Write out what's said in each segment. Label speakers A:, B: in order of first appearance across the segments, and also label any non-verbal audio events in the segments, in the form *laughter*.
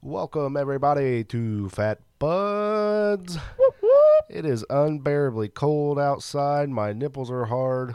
A: Welcome, everybody, to Fat Buds. It is unbearably cold outside. My nipples are hard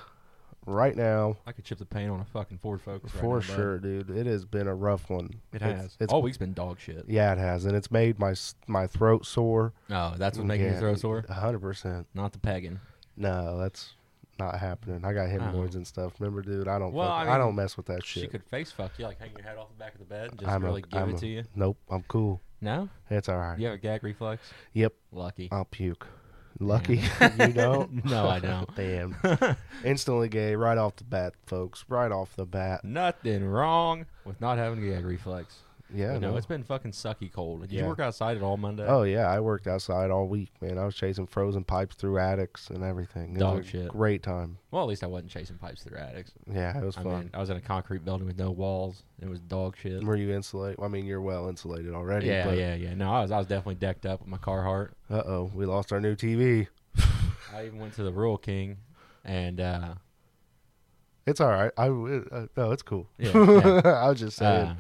A: right now.
B: I could chip the paint on a fucking Ford Focus right
A: For
B: now, bud.
A: sure, dude. It has been a rough one.
B: It
A: It's-
B: has.
A: It's,
B: always been dog shit.
A: Yeah, it has. And it's made my s- my throat sore.
B: Oh, that's what's making
A: yeah,
B: you throw sore.
A: 100%.
B: Not the pegging.
A: No, that's not happening. I got hemorrhoids and stuff. Remember, dude, I don't
B: Uh-huh. Well,
A: fuck- I,
B: I mean,
A: don't mess with that
B: She
A: shit.
B: could face fuck you, like hang your head off the back of the bed, and just
A: I'm a-
B: really give
A: I'm
B: it
A: a-
B: to you.
A: Nope, I'm cool.
B: No,
A: It's all right.
B: you have a gag reflex.
A: Yep,
B: Lucky.
A: I'll puke. Lucky
B: *laughs*
A: you don't.
B: No, I don't. *laughs*
A: Damn. Instantly gay right off the bat, folks. Right off the bat.
B: Nothing wrong with not having a gag reflex.
A: Yeah.
B: you know,
A: no.
B: it's been fucking sucky cold. Did
A: Yeah.
B: you work outside at all Monday?
A: Oh yeah, I worked outside all week, man. I was chasing frozen pipes through attics and everything. It was
B: Dog
A: a
B: shit.
A: Great time.
B: Well, at least I wasn't chasing pipes through attics.
A: Yeah, it was
B: I
A: fun.
B: mean, I was in a concrete building with no walls. and It was dog shit.
A: Were you insulated? I mean, you're well insulated already.
B: Yeah,
A: but,
B: yeah, yeah. No, I was, I was definitely decked up with my Carhartt.
A: Uh oh, we lost our new TV.
B: I even went to the Rural King, and uh,
A: It's all right. I it, uh, no, it's cool. *laughs*
B: yeah, yeah.
A: I was just saying.
B: Uh,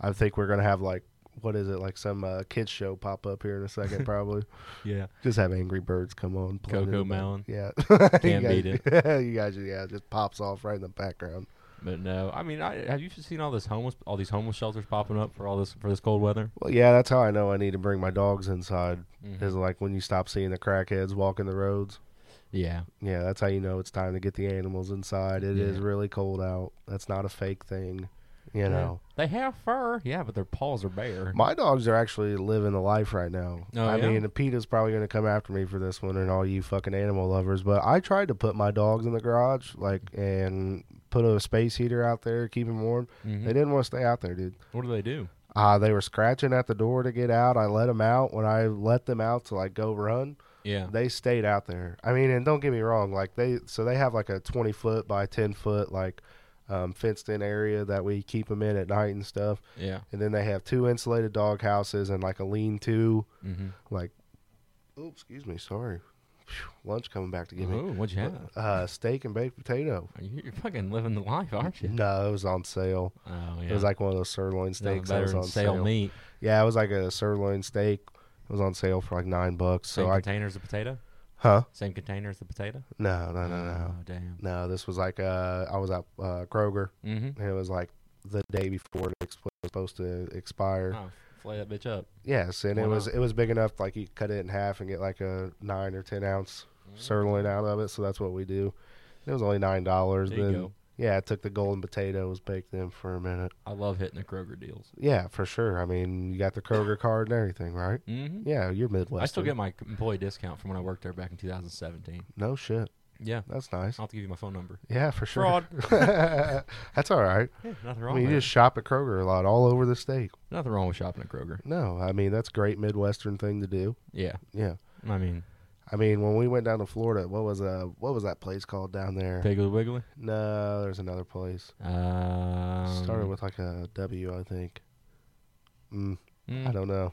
A: I think we're gonna have like what is it like some uh, kids show pop up here in a
B: *laughs*
A: second probably.
B: yeah.
A: just have Angry Birds come on. play it in
B: Coco
A: the back-
B: Melon.
A: Yeah, *laughs* can't
B: beat
A: it. *laughs* you guys, yeah, it just pops off right in the background.
B: But no, I mean, I, have you seen all this homeless, all these homeless shelters popping up for all this for this cold weather?
A: Well, yeah, that's how I know I need to bring my dogs inside.
B: Mhm.
A: Is like when you stop seeing the crackheads walking the roads.
B: Yeah,
A: Yeah, that's how you know it's time to get the animals inside. It is
B: Yeah.
A: really cold out. That's not a fake thing, you know.
B: they have fur, yeah, but their paws are bare.
A: My dogs are actually living the life right now.
B: Oh,
A: I
B: yeah?
A: mean, PETA's probably going to come after me for this one and all you fucking animal lovers, but I tried to put my dogs in the garage, like, and put a space heater out there, keep them warm.
B: Mhm.
A: They didn't want to stay out there, dude.
B: What do they do?
A: Uh, they were scratching at the door to get out. I let them out. When I let them out to, like, go run,
B: Yeah,
A: they stayed out there. I mean, and don't get me wrong, like, they, so they have, like, a 20 foot by 10 foot, like, um, fenced in area that we keep them in at night and stuff
B: yeah,
A: and then they have two insulated dog houses and like a lean-to.
B: mm-hmm.
A: Like, oh, excuse me, sorry. Phew, Lunch coming back to get me.
B: Ooh, what'd you have?
A: Uh, steak and baked potato.
B: Are you- You're fucking living the life, aren't you?
A: No, it was on sale.
B: Oh yeah,
A: It was Mm-hmm. like one of those sirloin
B: Nothing
A: steaks that
B: better
A: was
B: than
A: on
B: sale,
A: sale.
B: meat.
A: Yeah, it was like a sirloin steak. It was on sale for like nine bucks.
B: Same
A: So I,
B: container as the potato.
A: huh?
B: Same container as the potato.
A: No, no, no, no,
B: Oh, damn.
A: no. This was like uh, I was at uh, Kroger,
B: Mm-hmm.
A: and it was like the day before it ex- was supposed to expire.
B: Oh, flay that bitch up.
A: Yes, and it
B: Why
A: was
B: not?
A: it was big enough like you could cut it in half and get like a nine or ten ounce
B: Mm.
A: sirloin out of it. So that's what we do. It was only nine dollars.
B: There you
A: Then
B: go.
A: yeah, I took the golden potatoes, baked them for a minute.
B: I love hitting the Kroger deals.
A: Yeah, for sure. I mean, you got the Kroger card and everything,
B: *laughs*
A: right?
B: Mm-hmm.
A: Yeah, you're Midwest.
B: I still get my employee discount from when I worked there back in 2017.
A: no shit.
B: Yeah,
A: That's nice.
B: I'll have to give you my phone number.
A: Yeah, for sure.
B: Fraud.
A: *laughs* that's all right.
B: Yeah, nothing
A: I
B: wrong.
A: mean, you
B: with
A: just shop at Kroger a lot, all over the state.
B: it. nothing wrong with shopping at Kroger.
A: No, I mean that's great Midwestern thing to do.
B: Yeah,
A: Yeah.
B: I mean
A: I mean, when we went down to Florida, what was uh what was that place called down there?
B: Piggly Wiggly.
A: No, there's another place.
B: Um,
A: Started with like a W, I think. Mm,
B: mm,
A: I don't know.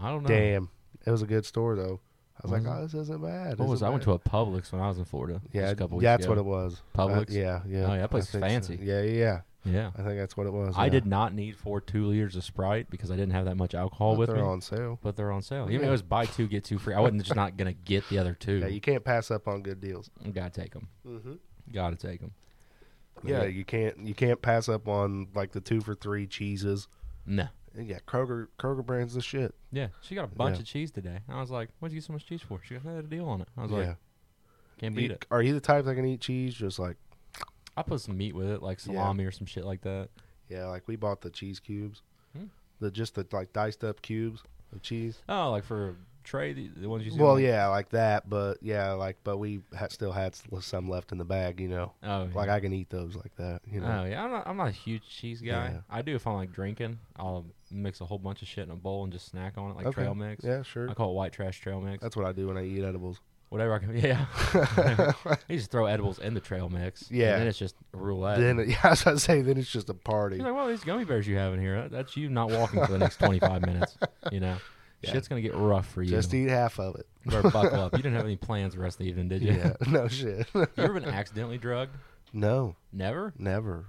B: I don't know.
A: Damn, it was a good store though. I was
B: Was
A: like,
B: it?
A: oh, this isn't bad.
B: Mm-hmm. What was I went to a Publix when I was in Florida?
A: yeah,
B: just a couple weeks
A: yeah, that's
B: ago.
A: what it was. Uh,
B: Publix.
A: yeah, yeah.
B: Oh, yeah, that place is
A: I think so.
B: fancy.
A: Yeah, yeah, yeah.
B: yeah.
A: I think that's what it was.
B: I
A: yeah.
B: did not need four two liters of Sprite because I didn't have that much alcohol
A: But
B: with
A: they're
B: me.
A: on sale.
B: But they're on sale. Even if
A: Yeah.
B: it was buy two get two free, I wasn't just not gonna get the other two.
A: Yeah, you can't pass up on good deals.
B: gotta take them.
A: Mm-hmm.
B: Gotta take them.
A: Yeah, you can't you can't pass up on like the two for three cheeses.
B: No.
A: Yeah, Kroger Kroger brands the shit.
B: Yeah, she got a bunch
A: Yeah.
B: of cheese today. I was like, "What'd you get so much cheese for?" She goes, "I had a deal on it." I was
A: yeah,
B: like, "Can't beat
A: You-
B: it."
A: Are you the type that can eat cheese just like
B: I put some meat with it, like
A: Yeah.
B: salami or some shit like that.
A: Yeah, like we bought the cheese cubes,
B: Hmm.
A: the just the like diced up cubes of cheese.
B: Oh, like for a tray, the, the ones you. see
A: Well,
B: on-
A: yeah, like that, but yeah, like but we ha- still had s- some left in the bag, you know.
B: Oh,
A: Like
B: yeah.
A: I can eat those like that, you know.
B: Oh yeah, I'm not. I'm not a huge cheese guy.
A: Yeah.
B: I do if I'm like drinking, I'll mix a whole bunch of shit in a bowl and just snack on it, like
A: Okay.
B: trail mix.
A: yeah, sure.
B: I call it white trash trail mix.
A: That's what I do when I eat edibles.
B: Whatever I can. *laughs* Yeah.
A: *laughs*
B: you just throw edibles in the trail mix.
A: Yeah.
B: And then it's just roulette.
A: then *laughs* it- yeah, I was gonna say then it's just a party.
B: He's like, well, these gummy bears you have in here, that- that's you not walking for the next 25 minutes. You know,
A: Yeah.
B: shit's going to get rough for you.
A: Just eat half of it.
B: You better buckle up. You didn't have any plans the rest of the evening, *laughs* did you?
A: Yeah, *laughs* no shit.
B: you ever been accidentally drugged?
A: no,
B: Never?
A: never.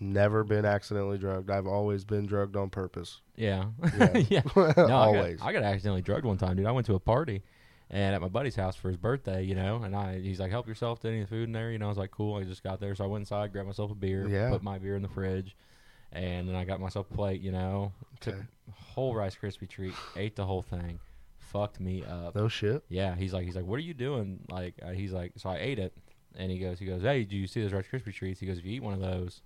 A: never been accidentally drugged. I've always been drugged on purpose.
B: Yeah.
A: Yeah.
B: *laughs*
A: *laughs*
B: yeah. No,
A: always.
B: I got, I got accidentally drugged one time, dude. I went to a party and at my buddy's house for his birthday, you know, and I he's like, Help yourself to any of the food in there, you know. I was like, Cool, I just got there. So I went inside, grabbed myself a beer,
A: Yeah.
B: put my beer in the fridge, and then I got myself a plate, you know, took
A: Okay.
B: a whole Rice
A: *sighs*
B: Krispie treat, ate the whole thing, fucked me up.
A: no shit.
B: Yeah, he's like, he's like, what are you doing? Like, uh, he's like, so I ate it, and he goes, he goes, hey, do you see those Rice Krispie treats? He goes, if you eat one of those,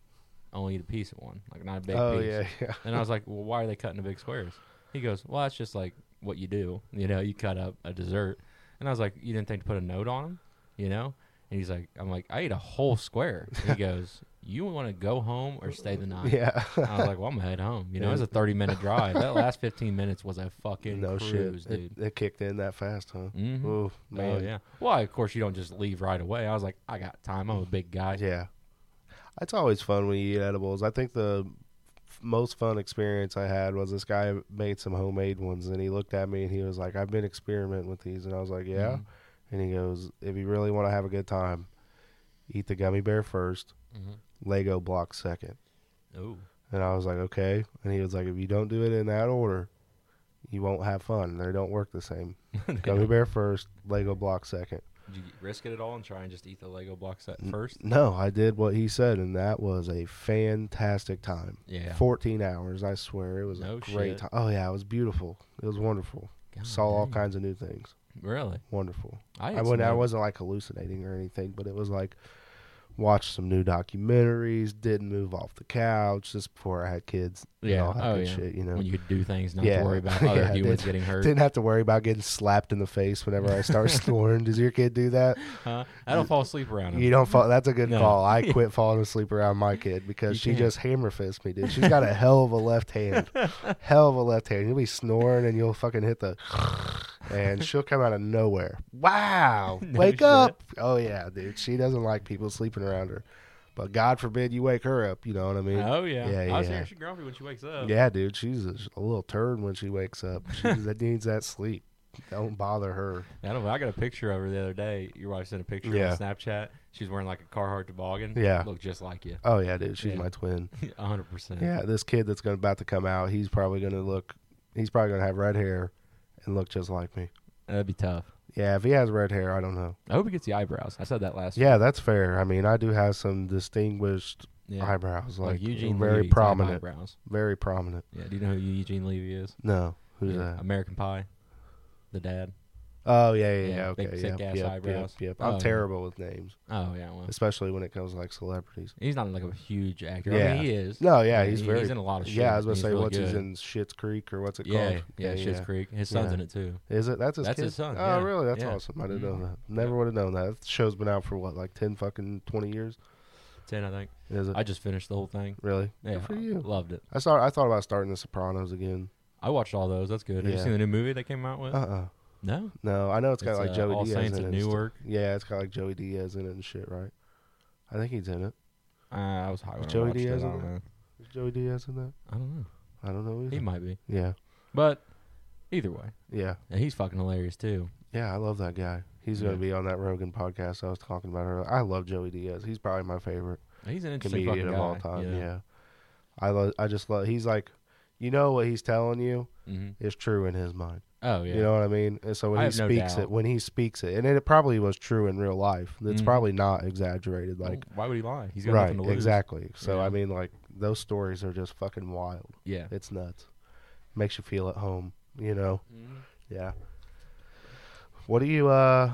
B: only eat a piece of one, like not a big
A: Oh
B: piece.
A: yeah, yeah.
B: And I was like, well, why are they cutting the big squares? He goes, well, that's just like what you do. You know, you cut up a dessert. And I was like, you didn't think to put a note on them, you know? And he's like, I'm like, I ate a whole square. He goes, *laughs* you want to go home or stay the
A: *laughs*
B: night?
A: Yeah.
B: I was like, well, I'm gonna head home. You know, it was a 30 minute drive.
A: *laughs*
B: That last 15 minutes was a fucking
A: no
B: cruise,
A: shit.
B: dude.
A: It, it kicked in that fast, huh?
B: Mhm.
A: Oh man.
B: Oh yeah. Well, of course you don't just leave right away. I was like, I got time. I'm a big guy.
A: Yeah. It's always fun when you eat edibles. I think the f- most fun experience I had was this guy made some homemade ones and he looked at me and he was like, I've been experimenting with these. And I was like, Yeah.
B: Mhm.
A: And he goes, If you really want to have a good time, eat the gummy bear first,
B: Mhm.
A: Lego block second.
B: Ooh.
A: And I was like, Okay. And he was like, If you don't do it in that order, you won't have fun. They don't work the same.
B: *laughs*
A: Gummy bear first, Lego block second.
B: Did you risk it at all and try and just eat the Lego block set
A: N-
B: first?
A: No, I did what he said, and that was a fantastic time.
B: Yeah.
A: 14 hours, I swear. It was
B: No
A: a great
B: shit.
A: time. Oh, yeah, it was beautiful. It was wonderful.
B: God
A: Saw all
B: dang.
A: kinds of new things.
B: Really?
A: Wonderful. I,
B: I, had some
A: wouldn't, I
B: other-
A: wasn't like hallucinating or anything, but it was like watched some new documentaries, didn't move off the couch. This before I had kids. and
B: Yeah.
A: all that
B: Oh,
A: good
B: yeah.
A: shit, you know.
B: when you could do things, not
A: Yeah.
B: to worry about
A: *laughs* Yeah,
B: other
A: I
B: humans
A: did.
B: getting hurt.
A: didn't have to worry about getting slapped in the face whenever I
B: *laughs*
A: start snoring. Does your kid do that?
B: Huh? I don't fall asleep around him.
A: You don't fall. That's a good
B: No.
A: call.
B: *laughs*
A: I quit falling asleep around my kid because
B: You
A: she
B: can't.
A: just hammer fists me, dude. She's got a hell of a left
B: *laughs*
A: hand. hell of a left hand. You'll be snoring and you'll fucking hit the.
B: *laughs*
A: And she'll come out of nowhere. Wow.
B: No
A: wake
B: shit.
A: up. Oh, yeah, dude. She doesn't like people sleeping around her. But God forbid you wake her up. You know what I mean?
B: Oh yeah.
A: Yeah,
B: I was
A: yeah.
B: hearing she grumpy when she wakes up.
A: Yeah, dude. She's a, a little turd when she wakes up.
B: *laughs*
A: She that needs that sleep. Don't bother her.
B: I don't know. I got a picture of her the other day. Your wife sent a picture
A: Yeah.
B: on Snapchat. She's wearing like a Carhartt toboggan.
A: Yeah.
B: Looked just like you. *laughs*
A: Oh, yeah, dude. She's
B: Yeah.
A: my twin.
B: 100%.
A: Yeah, this kid that's going about to come out, he's probably going to look, he's probably going to have red hair and look just like me.
B: That'd be tough.
A: Yeah, if he has red hair, I don't know.
B: I hope he gets the eyebrows. I said that last
A: Yeah, that's fair. I mean, I do have some distinguished
B: Yeah.
A: eyebrows, like,
B: like, Eugene
A: very
B: Levy type
A: prominent,
B: eyebrows.
A: very prominent.
B: Yeah, do you know who Eugene Levy is?
A: No, who's
B: Yeah,
A: that?
B: American Pie, the dad.
A: Oh yeah, yeah, yeah.
B: Yeah,
A: okay,
B: big,
A: yep,
B: thick-ass
A: yep,
B: eyebrows.
A: Yep, yep. I'm
B: Oh, yeah.
A: terrible with names,
B: Oh yeah, well,
A: especially when it comes to like celebrities.
B: he's not like a huge actor. I
A: Yeah.
B: mean, he is.
A: No, yeah, he's
B: he-
A: very.
B: He's in a lot of shit.
A: yeah, I was gonna
B: He's
A: say,
B: really
A: what's he's
B: good.
A: in Shit's Creek or what's it
B: Yeah,
A: called?
B: yeah, Shit's Creek. His son's
A: Yeah.
B: in it too.
A: Is it? That's his
B: That's
A: kid?
B: his son,
A: Oh,
B: yeah.
A: really? That's
B: Yeah.
A: awesome. I didn't
B: Mhm.
A: know that. Never
B: Yeah.
A: would have known that. That show's been out for what, like 10 fucking 20 years?
B: Ten, I think.
A: Is it?
B: I just finished the whole thing.
A: really?
B: Yeah,
A: Good for
B: I
A: you.
B: loved it.
A: I saw. I thought about starting The Sopranos again.
B: I watched all those. That's good. Have
A: Yeah.
B: you seen the new movie they came out with?
A: Uh uh
B: no,
A: No, I know it's got like
B: uh,
A: Joey
B: All
A: Diaz
B: Saints
A: in
B: at
A: it. and stuff.
B: Newark.
A: Yeah, it's got like Joey Diaz in it and shit, right? I think he's in it.
B: Uh, I was high when
A: Joey
B: I watched
A: Diaz
B: it. I
A: in
B: don't, know.
A: Is Joey Diaz in that?
B: I don't know.
A: I don't know.
B: He
A: Either.
B: might be,
A: Yeah,
B: but either way,
A: yeah,
B: and he's fucking hilarious too.
A: yeah. I love that guy. He's gonna
B: Yeah.
A: be on that Rogan podcast I was talking about earlier. I love Joey Diaz. He's probably my favorite.
B: He's an interesting
A: comedian
B: fucking
A: of
B: guy.
A: all time. Yeah. I love. I just love. He's like, you know what he's telling you
B: hmm
A: is true in his mind.
B: Oh yeah.
A: You know what I mean? And so when
B: I
A: he
B: have no
A: speaks
B: doubt.
A: it, when he speaks it, and it probably was true in real life. It's
B: Mhm.
A: probably not exaggerated.
B: Well,
A: Like
B: why would he lie? Oh, He's got
A: right,
B: nothing to lose.
A: exactly. So
B: Yeah.
A: I mean, like those stories are just fucking wild.
B: Yeah.
A: It's nuts. Makes you feel at home. You know? Yeah. What do you uh?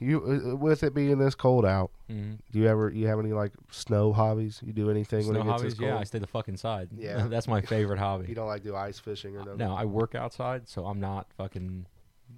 A: You uh, with it being this cold out,
B: Mm-hmm.
A: do you ever you have any like snow hobbies? You do anything when
B: Snow
A: it gets
B: hobbies?
A: this cold?
B: Yeah, I stay the fuck inside.
A: Yeah.
B: *laughs* that's my favorite hobby.
A: You don't like do ice fishing or nothing?
B: No, I work outside, so I'm not fucking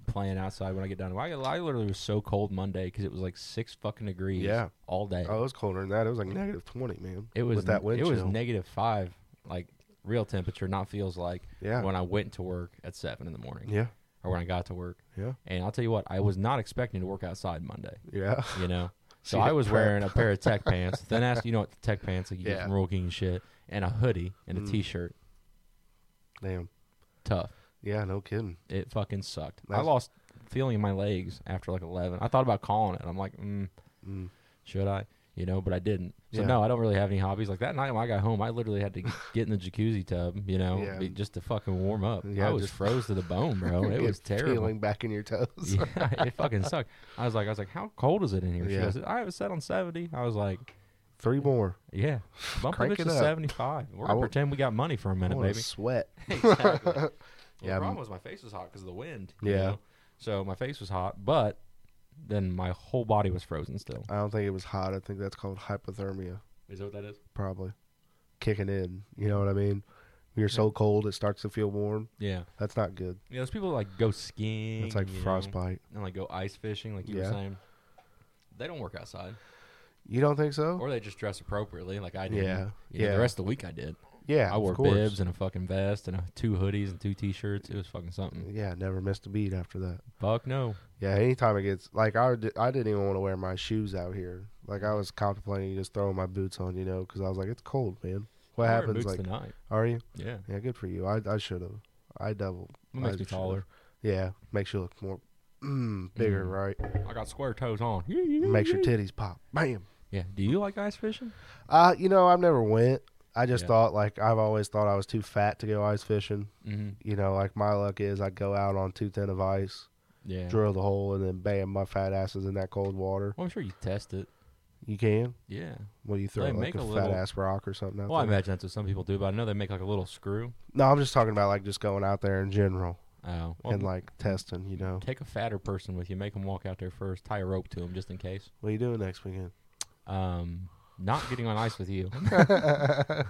B: playing outside when I get done. I, I literally was so cold Monday because it was like six fucking degrees.
A: Yeah.
B: all day.
A: Oh, it was colder than that. It was like negative twenty, man.
B: it was
A: with that wind
B: It was
A: chill.
B: negative five, like real temperature, not feels like
A: Yeah.
B: when I went to work at seven in the morning
A: yeah.
B: or when I got to work.
A: Yeah.
B: And I'll tell you what, I was not expecting to work outside Monday.
A: Yeah. *laughs*
B: You know. So
A: Yeah,
B: I was
A: prep.
B: wearing a pair
A: *laughs*
B: of tech pants. Then asked, you know what, the tech pants like you
A: Yeah.
B: get from Rule King and shit, and a hoodie and a
A: Mm.
B: t-shirt.
A: Damn.
B: Tough.
A: Yeah, no kidding.
B: It fucking sucked. I
A: That's-
B: lost feeling in my legs after like eleven. I thought about calling it. I'm like, mm,
A: Mm.
B: should I? you know, but I didn't. So
A: Yeah.
B: no, I don't really have any hobbies like that night when I got home. I literally had to
A: *laughs*
B: get in the jacuzzi tub, you know,
A: Yeah.
B: be- just to fucking warm up.
A: Yeah,
B: I was
A: just-
B: froze to the bone,
A: *laughs*
B: bro. Oh, It
A: Get
B: was terrible.
A: Peeling back in your toes.
B: *laughs* yeah, it fucking sucked. I was like, I was like, how cold is it in here? She
A: Yeah.
B: goes, I was set on seventy. I was like,
A: Three more. *laughs*
B: yeah, bump the
A: Crank
B: bitch
A: it
B: to
A: up.
B: seventy five. We're
A: I
B: gonna
A: want-
B: pretend we got money for a
A: I
B: minute,
A: wanna
B: baby.
A: sweat.
B: *laughs* exactly. Well,
A: Yeah,
B: the problem
A: I'm-
B: was my face was hot because of the wind.
A: Yeah.
B: yeah. So my face was hot, but then my whole body was frozen still.
A: I don't think it was hot. I think that's called hypothermia,
B: Is that what that is?
A: probably. Kicking in. You know what I mean? You're so cold it starts to feel warm.
B: Yeah.
A: That's not good.
B: Yeah, those people like go skiing.
A: That's like
B: you know,
A: frostbite.
B: And like go ice fishing, like you
A: Yeah.
B: were saying. They don't work outside,
A: You don't think so?
B: or they just dress appropriately, like I did.
A: Yeah.
B: The
A: Yeah.
B: rest of the week I did.
A: Yeah.
B: I
A: of
B: wore
A: course.
B: bibs and a fucking vest and a, two hoodies and two t-shirts. It was fucking something.
A: Yeah, never missed a beat after that.
B: Fuck no.
A: Yeah, anytime it gets like I, d- I didn't even want to wear my shoes out here. Like I was contemplating just throwing my boots on, you know, because I was like, it's cold, man. What
B: I wear
A: happens?
B: Boots
A: Like,
B: tonight.
A: are you?
B: Yeah.
A: Yeah, good for you. I I should have. I doubled.
B: It makes
A: I
B: me
A: should've.
B: taller.
A: Yeah, makes you look more mm, bigger,
B: Mm.
A: right?
B: I got square toes on.
A: Makes your titties pop. Bam.
B: Yeah. Do you like ice fishing?
A: Uh, you know, I've never went. I just
B: Yeah.
A: thought like I've always thought I was too fat to go ice fishing.
B: Mm-hmm.
A: You know, like my luck is I go out on two ten of ice,
B: Yeah.
A: drill the hole, and then bam, my fat ass is in that cold water.
B: Well, I'm sure you test it.
A: You can.
B: Yeah.
A: Well, you throw
B: They
A: like
B: make
A: a,
B: a
A: fat
B: little-
A: ass rock or something. Out
B: Well, I
A: there.
B: imagine that's what some people do, but I know they make like a little screw.
A: no, I'm just talking about like just going out there in general
B: Oh. Well,
A: and like testing. You know,
B: take a fatter person with you. Make them walk out there first. Tie a rope to them just in case.
A: what are you doing next weekend?
B: Um, not getting on ice with you. *laughs*
A: I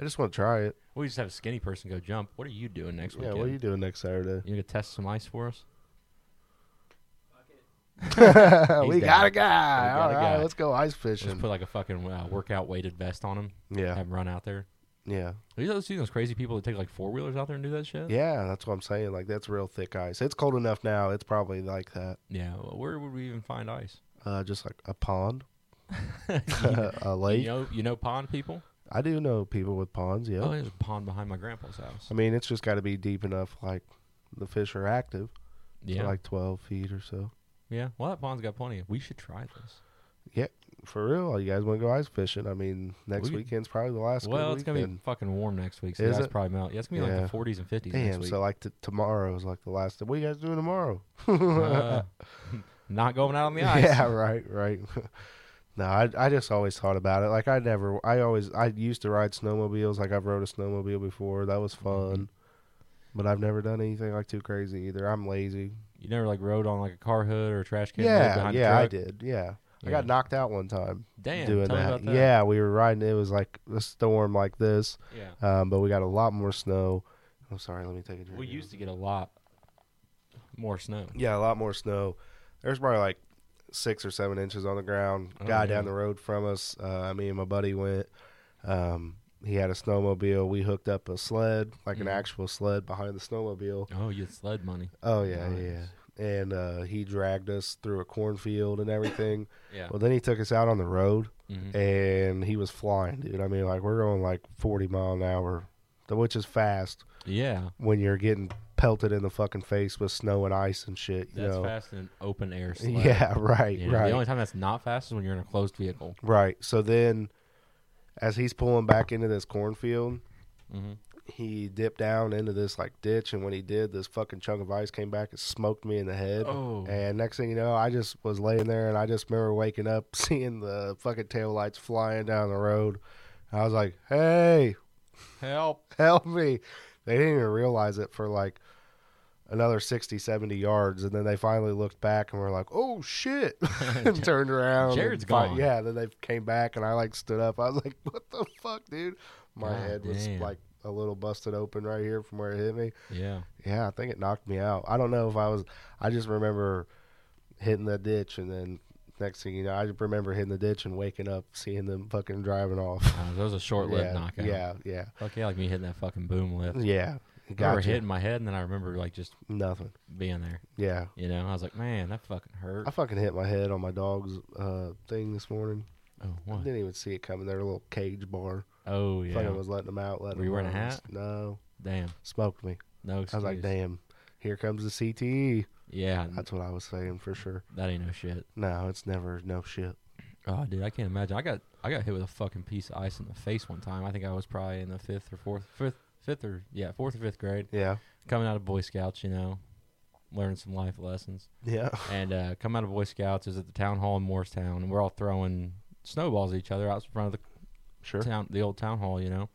A: just want to try it.
B: we just have a skinny person go jump. What are you doing next
A: yeah,
B: weekend?
A: what are you doing next Saturday?
B: You gonna test some ice for us?
A: we *laughs*
B: He's
A: got
B: down.
A: a guy.
B: We got
A: All
B: a
A: right,
B: guy.
A: let's go ice
B: Just
A: fishing.
B: put like a fucking uh, workout weighted vest on him.
A: yeah,
B: Have him run out there.
A: yeah,
B: Have you ever seen those crazy people that take like four wheelers out there and do that shit?
A: yeah. That's what I'm saying. Like that's real thick ice. It's cold enough now. It's probably like that.
B: Yeah. Well, where would we even find ice?
A: Uh, just like a
B: *laughs*
A: pond, *laughs*
B: you
A: a lake.
B: know, you know, pond people.
A: I do know people with ponds. Yeah,
B: Oh, there's a pond behind my grandpa's house.
A: I mean it's just got to be deep enough. Like the fish are active. so
B: Yeah.
A: like 12 feet or so.
B: yeah. Well, that pond's got plenty. Of, we should try this.
A: For real, you guys want to go ice fishing? I mean, next
B: We could-
A: weekend's probably the last.
B: well,
A: good
B: it's gonna be
A: weekend.
B: fucking warm next week, so
A: Is
B: the ice
A: it?
B: probably melt. Yeah, it's gonna be
A: Yeah.
B: like the 40s and 50s next
A: damn.
B: week.
A: So *laughs* like t- tomorrow is like the last. What you guys doing tomorrow?
B: Uh, *laughs* not going
A: *laughs*
B: out on the ice.
A: yeah, right, right. *laughs* no, I I just always thought about it. Like I never, I always, I used to ride snowmobiles. Like I've rode a snowmobile before. That
B: Mm-hmm.
A: was fun. But I've never done anything like too crazy either. I'm lazy.
B: You never like rode on like a car hood or a trash can. hood
A: yeah,
B: behind a
A: yeah, I
B: truck?
A: did. Yeah. I
B: Yeah.
A: got knocked out one time
B: Damn,
A: doing
B: tell me
A: that.
B: about that.
A: Yeah, we were riding. It was like a storm like this,
B: yeah.
A: Um, but we got a lot more snow. I'm sorry, let me take a drink.
B: We used to get a lot more snow.
A: Yeah, a lot more snow. There's probably like six or seven inches on the ground.
B: Oh,
A: Guy
B: yeah.
A: down the road from us, uh, me and my buddy went. Um, he had a snowmobile. We hooked up a sled, like an
B: Mhm.
A: actual sled behind the snowmobile.
B: Oh, you had sled money.
A: Oh, yeah,
B: Nice.
A: yeah. And uh, he dragged us through a cornfield and *coughs* everything.
B: Yeah.
A: well, eh, then he took us out on the road
B: Mhm.
A: and he was flying, dude. I mean, like, we're going like 40 mile an hour, which is fast.
B: Yeah.
A: when you're getting pelted in the fucking face with snow and ice and shit. You
B: That's
A: know?
B: fast in an open air
A: *laughs*
B: sled.
A: Yeah, right,
B: You know,
A: right,
B: The only time that's not fast is when you're in a closed vehicle.
A: right. So then, as he's pulling back into this cornfield,
B: Mm-hmm.
A: he dipped down into this like ditch, and when he did, this fucking chunk of ice came back and smoked me in the head.
B: Oh.
A: And next thing you know, I just was laying there, and I just remember waking up, *laughs* seeing the fucking taillights flying down the road. I was like, "Hey,
B: Help.
A: *laughs* help me. They didn't even realize it for like another 60, 70 yards. And then they finally looked back and were like, oh shit. *laughs*
B: *laughs*
A: and turned around.
B: Jared's
A: and fi-
B: gone.
A: Yeah. Then they came back and I like stood up. I was like, *laughs* what the fuck, dude? My
B: God
A: head was
B: damn.
A: like a little busted open right here from where it hit me.
B: Yeah.
A: Yeah. I think it knocked me out. I don't know if I was, I just remember hitting the ditch and then. Next thing you know, I just remember hitting the ditch and waking up, seeing them fucking driving off.
B: Uh, that was a short lived
A: Yeah,
B: knockout.
A: yeah, yeah,
B: Fuck yeah, like me hitting that fucking boom lift.
A: yeah.
B: I remember
A: Gotcha.
B: hitting my head, and then I remember like just
A: Nothing.
B: being there.
A: Yeah.
B: You know, I was like, man, that fucking hurt.
A: I fucking hit my head on my dog's uh, thing this morning.
B: oh,
A: I
B: what?
A: didn't even see it coming. Their little cage bar.
B: Oh, yeah.
A: Fucking was letting them out. Letting
B: Were you
A: them
B: wearing a
A: out.
B: hat?
A: No.
B: Damn.
A: Smoked me.
B: No excuse. Mm-hmm.
A: I was like, damn, here comes the E." CTE.
B: Yeah, n-
A: That's what I was saying for sure.
B: that ain't no shit.
A: No, it's never no shit.
B: Oh, dude, I can't imagine. I got I got hit with a fucking piece of ice in the face one time. I think I was probably in the fifth or fourth, fifth, fifth or yeah, fourth or fifth grade,
A: Yeah.
B: coming out of Boy Scouts. You know, learning some life lessons.
A: Yeah. *laughs*
B: and uh, come out of Boy Scouts is at the town hall in Morristown, and we're all throwing snowballs at each other out in front of the
A: Sure.
B: town, the old town hall, you know.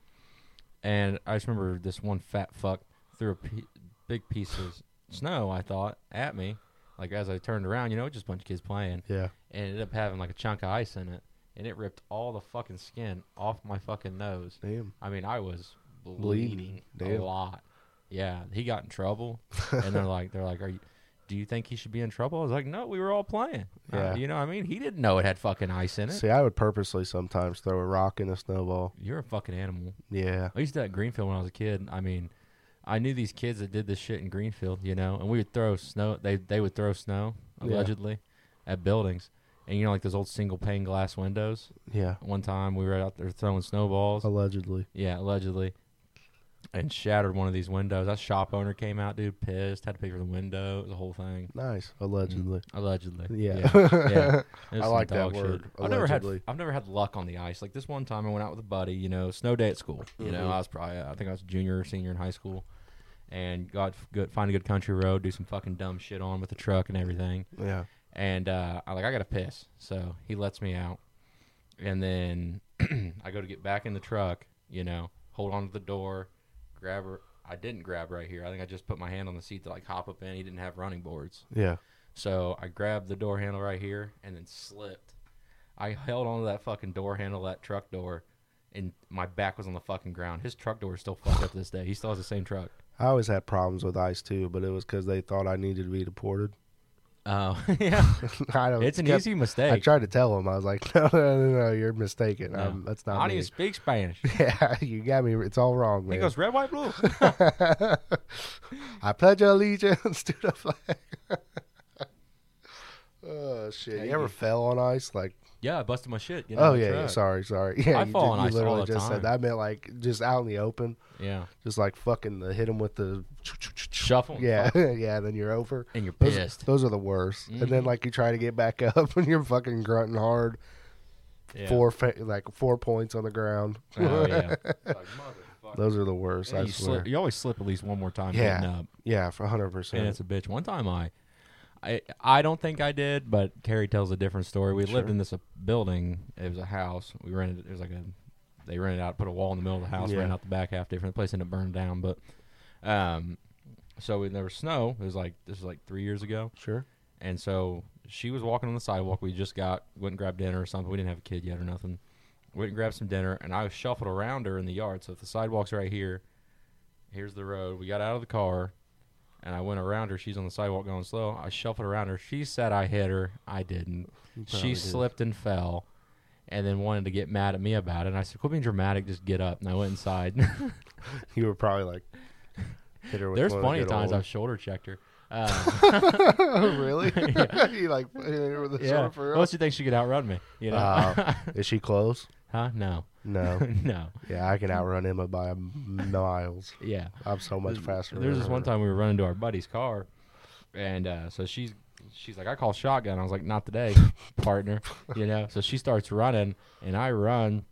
B: And I just remember this one fat fuck threw a pe- big piece
A: *laughs*
B: of snow, I thought, at me. Like as I turned around, you know, just a bunch of kids playing,
A: Yeah.
B: and it ended up having like a chunk of ice in it, and it ripped all the fucking skin off my fucking nose.
A: Damn.
B: I mean, I was
A: Bleeding.
B: bleeding,
A: Damn.
B: a lot. Yeah, he got in trouble, and
A: *laughs*
B: they're like, they're like, are you? Do you think he should be in trouble? I was like, no, we were all playing. Uh,
A: Yeah.
B: you know, what I mean, he didn't know it had fucking ice in it.
A: See, I would purposely sometimes throw a rock in a snowball.
B: You're a fucking animal.
A: Yeah.
B: I used to do that at Greenfield when I was a kid. I mean, I knew these kids that did this shit in Greenfield, you know, and we would throw snow. They they would throw snow
A: Yeah.
B: allegedly at buildings, and you know, like those old single pane glass windows.
A: Yeah.
B: One time we were out there throwing snowballs.
A: Allegedly.
B: Yeah, allegedly. And shattered one of these windows. That shop owner came out, dude, pissed, had to pay for the window, the whole thing.
A: Nice. Allegedly.
B: Allegedly.
A: Yeah.
B: Mm-hmm. yeah. It was
A: I
B: some
A: like that
B: dog
A: word,
B: I've never had
A: allegedly.
B: I've never had luck on the ice. Like this one time I went out with a buddy, you know, snow day at school. You know,
A: Mhm.
B: I was probably I think I was junior or senior in high school and got good find a good country road, do some fucking dumb shit on with the truck and everything
A: *laughs* Yeah.
B: and uh, I like I gotta piss, so he lets me out, and then *clears throat* I go to get back in the truck, you know, hold on to the door, grab her. I didn't grab right here. I think I just put my hand on the seat to like hop up in. He didn't have running boards,
A: Yeah.
B: so I grabbed the door handle right here and then slipped. I held onto that fucking door handle, that truck door, and my back was on the fucking ground. His truck door is still fucked up to this day. He still has the same truck.
A: I always had problems with ice too, but it was because they thought I needed to be deported.
B: Oh *laughs* yeah,
A: *laughs* I don't.
B: it's an
A: kept-
B: easy
A: I
B: mistake.
A: tried to tell them. I was like, *laughs* no, no, no, no you're mistaken.
B: No.
A: Um, that's not
B: I don't
A: me.
B: even speak Spanish.
A: *laughs* Yeah, you got me. It's all wrong,
B: He
A: man. *laughs*
B: goes red, white, blue.
A: I pledge allegiance *laughs* to the flag. *laughs* oh shit!
B: Yeah,
A: you
B: you
A: ever
B: do.
A: fell on ice? Like,
B: *laughs* Yeah, I busted my shit. You know,
A: oh
B: in the
A: yeah, yeah,
B: truck.
A: sorry, sorry. *laughs* Yeah,
B: I
A: you,
B: fall
A: ju-
B: on
A: you
B: ice all
A: literally
B: the
A: just said
B: time.
A: that. I meant like just out in the open,
B: Yeah.
A: just like fucking the hit them with the
B: Shuffle.
A: *laughs*
B: and
A: yeah,
B: fuck,
A: yeah. Then you're over.
B: And you're
A: Those,
B: pissed. Mm-hmm.
A: those are the worst. And then like you try to get back *laughs* up and you're fucking grunting hard.
B: Yeah.
A: *laughs* Four fa- like four points on the ground.
B: *laughs* Oh, yeah.
A: *laughs* Those are the worst.
B: Yeah,
A: I
B: you,
A: swear.
B: slip, you always slip at least one more time.
A: Yeah.
B: Yeah. Up,
A: Yeah, for hundred
B: and
A: percent.
B: it's a bitch. One time I, I, I don't think I did, but Carrie tells a different story. We
A: Sure.
B: lived in this uh, building. It was a house. We rented. It was like a. They rented out, put a wall in the middle of the house,
A: Yeah.
B: ran out the back half different. The place ended up burned down, but, um, so we, there was snow. It was like this was like three years ago.
A: Sure. *laughs*
B: And so she was walking on the sidewalk. We just got went and grabbed dinner or something. We didn't have a kid yet or nothing. Went and grabbed some dinner, and I was shuffled around her in the yard. So if the sidewalk's right here, here's the road. We got out of the car, and I went around her. She's on the sidewalk going slow. I shuffled around her. She said I hit her. I didn't.
A: probably
B: She
A: did.
B: slipped and fell, and then wanted to get mad at me about it. And I said, "Quit being dramatic. Just get up." And I went inside.
A: You were probably like hit her with
B: *laughs* There's
A: one of the
B: plenty of
A: good
B: times
A: old-
B: I've shoulder
A: *laughs*
B: checked her. Um,
A: Oh,
B: *laughs*
A: really? *laughs* you like hit her with a
B: yeah.
A: sword for real? Oh.
B: Unless you think she could outrun me, you know?
A: Wow. Uh, Is she close?
B: *laughs* huh? No.
A: No.
B: *laughs* no.
A: Yeah, I can outrun Emma by miles.
B: Yeah.
A: I'm so much faster.
B: There's
A: than
B: this
A: her.
B: one time we were running to our buddy's car, and uh, so she's she's like, I call shotgun. I was like,
A: *laughs*
B: not today, partner. You know. So she starts running, and I run,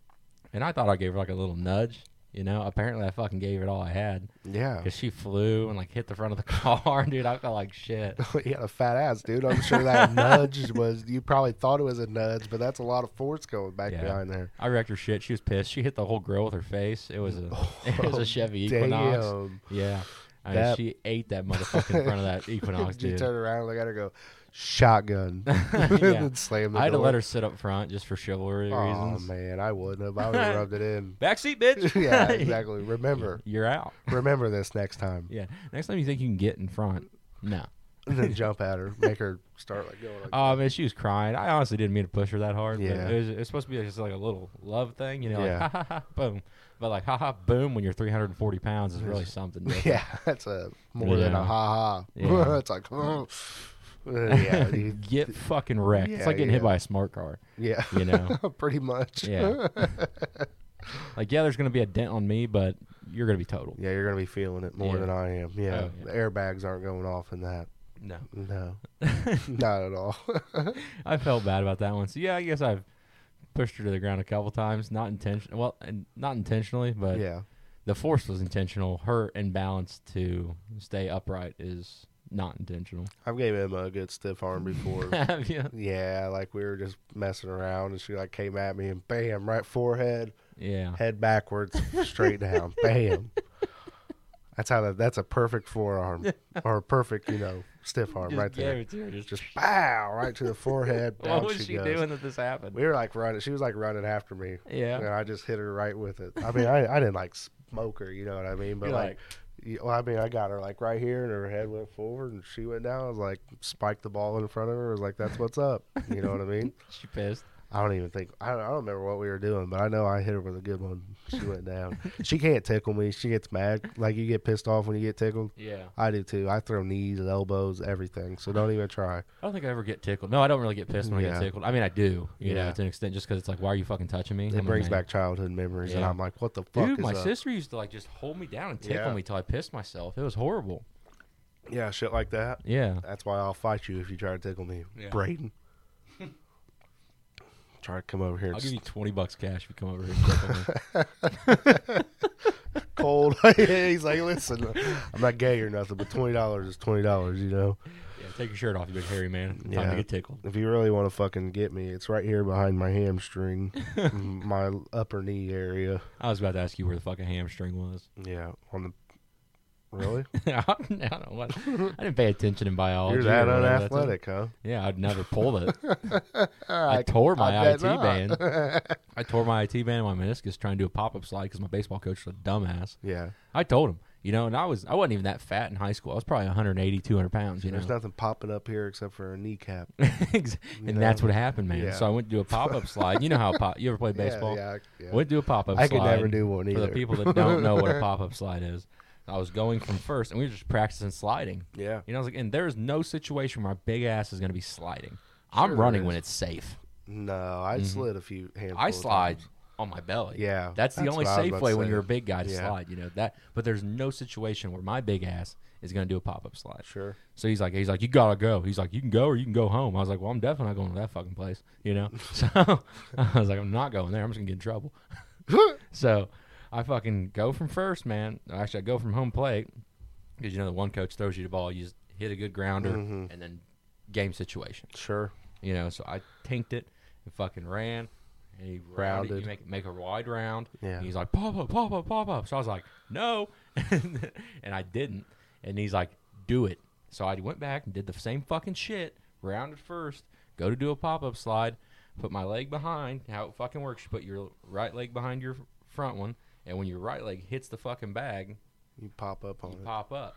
B: and I thought I gave her like a little nudge. You know. Apparently, I fucking gave it all I had *laughs*
A: Yeah. *laughs*
B: because she flew and like hit the front of the *laughs* car, dude. I felt like shit.
A: you had a fat ass, dude. I'm sure that nudge was. You probably thought it was a nudge, but that's a lot of force going back
B: Yeah.
A: behind there.
B: I wrecked her shit. She was pissed. She hit the whole grill with her face.
A: *laughs*
B: It was a *laughs* *laughs* it was a Chevy Equinox.
A: Oh, Damn.
B: Yeah. I mean,
A: That-
B: she ate that motherfucker in front of
A: *laughs*
B: that Equinox,
A: you
B: dude. *laughs*
A: turn around, look at her, go shotgun, *laughs* and then slam the
B: I had to
A: door.
B: let her sit up front just for chivalry
A: Oh
B: reasons.
A: man, I wouldn't have. I would
B: *laughs*
A: have rubbed it in. *laughs*
B: Backseat, bitch. *laughs*
A: yeah, exactly. Remember,
B: You're out.
A: remember this next time.
B: Yeah. Next time you think you can get in front, no.
A: And
B: *laughs*
A: then jump at her, make her start like going. Like,
B: Oh man, she was crying. I honestly didn't mean to push her that hard. but
A: Yeah.
B: It was, it was supposed to be just like a little love thing, you know,
A: Yeah.
B: like ha ha ha boom. But like ha ha boom when you're 340 pounds is
A: *laughs*
B: really something. different.
A: yeah, that's a more than a
B: Yeah.
A: ha ha. *laughs*
B: Yeah.
A: it's like, oh.
B: *laughs*
A: yeah, you-
B: get fucking wrecked.
A: Yeah,
B: it's like getting
A: yeah.
B: hit by a smart car.
A: yeah, *laughs*
B: You know.
A: pretty much.
B: yeah. like yeah, there's gonna be a dent on me, but you're gonna be total.
A: Yeah, you're gonna be feeling it more
B: Yeah.
A: than I am. Yeah,
B: Oh, yeah.
A: the airbags aren't going off in that.
B: No. *laughs*
A: No, *laughs* not at all.
B: I felt bad about that one. So yeah, I guess I've pushed her to the ground a couple times, not intention. Well, and not intentionally, but
A: yeah.
B: the force was intentional. Her imbalance to stay upright is not intentional.
A: I've gave Emma a good stiff arm before.
B: *laughs* yeah,
A: *laughs* yeah, like we were just messing around, and she like came at me and bam, right forehead,
B: yeah.
A: head backwards, straight
B: *laughs*
A: down, bam. That's how that. That's a perfect forearm or a perfect, you know, stiff arm
B: Just
A: right
B: gave
A: there.
B: it to her. Just,
A: Just bow right to the forehead.
B: *laughs* what
A: down
B: was she,
A: goes.
B: doing that this happened?
A: We were like running. She was like running after me,
B: yeah.
A: and I just hit her right with it. I mean, I, I didn't like smoke her, you know what I mean? But
B: You're
A: like, you- well, I mean, I got her like right here, and her head went forward, and she went down. I was like, spiked the ball in front of her. I was like, that's what's up. You know what I mean?
B: she pissed.
A: I don't even think I don't, I don't remember what we were doing, but I know I hit her with a good one. She went
B: *laughs*
A: down. she can't tickle me. She gets mad. Like you get pissed off when you get tickled.
B: Yeah.
A: I do too. I throw knees and elbows, everything. So don't even try.
B: I don't think I ever get tickled. No, I don't really get pissed when I
A: Yeah.
B: get tickled. I mean, I do, you
A: Yeah.
B: know, to an extent, just because it's like, why are you fucking touching me? I'm
A: It
B: a
A: brings
B: man.
A: back childhood memories, and
B: Yeah.
A: I'm like, what the fuck
B: Dude,
A: is
B: my
A: up?
B: sister used to like just hold me down and tickle
A: Yeah.
B: me till I pissed myself. It was horrible.
A: Yeah, shit like that.
B: Yeah.
A: That's why I'll fight you if you try to tickle me,
B: Yeah. *laughs*
A: Braden. try to come over here.
B: I'll
A: It's
B: give you twenty bucks cash if you come over here. And tickle
A: *laughs*
B: me.
A: cold. *laughs* He's like, listen, I'm not gay or nothing, but twenty dollars is twenty dollars. You know,
B: Yeah, take your shirt off, you big hairy man. Time
A: Yeah.
B: to get tickled.
A: if you really want to fucking get me, it's right here behind my
B: *laughs*
A: hamstring, m- my upper knee area.
B: I was about to ask you where the fucking hamstring was. *laughs*
A: Yeah, on the. Really?
B: I don't know
A: *laughs*
B: what. I didn't pay attention in biology.
A: You're
B: or
A: that
B: whatever, uh, that's it.
A: unathletic, huh?
B: Yeah, I'd never
A: *laughs*
B: pull it.
A: I,
B: I tore my
A: bet
B: IT
A: not.
B: band.
A: *laughs*
B: I tore my IT band and my meniscus trying to do a pop up slide because my baseball coach was a dumbass.
A: Yeah,
B: I told him, you know, and I was I wasn't even that fat in high school. I was probably 180, 200 pounds, you know.
A: there's nothing popping up here except for a kneecap.
B: *laughs* Ex- and
A: You know?
B: that's what happened, man.
A: Yeah.
B: So I went to do a pop up slide. You know how pop? You ever
A: *laughs*
B: played
A: Yeah,
B: baseball?
A: Yeah, yeah.
B: Went to do a pop up.
A: I
B: slide.
A: could never do one either.
B: For the people that don't
A: *laughs*
B: know what a pop up slide is, I was going from first, and we were just practicing sliding.
A: yeah.
B: You know, I was like, and there is no situation where my big ass is going to be sliding. I'm running when it's safe.
A: No, I slid a few handfuls.
B: Mm-hmm. I
A: of
B: slide
A: times.
B: on my belly.
A: Yeah,
B: That's the
A: that's
B: only
A: what I was
B: safe
A: about to
B: way when
A: say.
B: you're a big guy to
A: Yeah.
B: slide, you know. That but there's no situation where my big ass is gonna do a pop up slide.
A: Sure.
B: So he's like he's like, You gotta go. He's like, You can go or you can go home. I was like, Well, I'm definitely not going to that fucking place, you know? *laughs* So I was like, I'm not going there, I'm just gonna get in trouble. *laughs* so I fucking go from first, man. Actually I go from home plate because you know the one coach throws you the ball, you just hit a good grounder
A: Mhm.
B: and then game situation.
A: Sure.
B: You know, so I tinked it and fucking ran. And he rounded.
A: Rounded.
B: You make make a wide round.
A: Yeah.
B: And he's like, pop up, pop up, pop up. So I was like, no. *laughs* and I didn't. And he's like, do it. So I went back and did the same fucking shit. Rounded first. Go to do a pop up slide. Put my leg behind. How it fucking works. You put your right leg behind your front one. And when your right leg hits the fucking bag,
A: You pop up on
B: you
A: it.
B: pop up.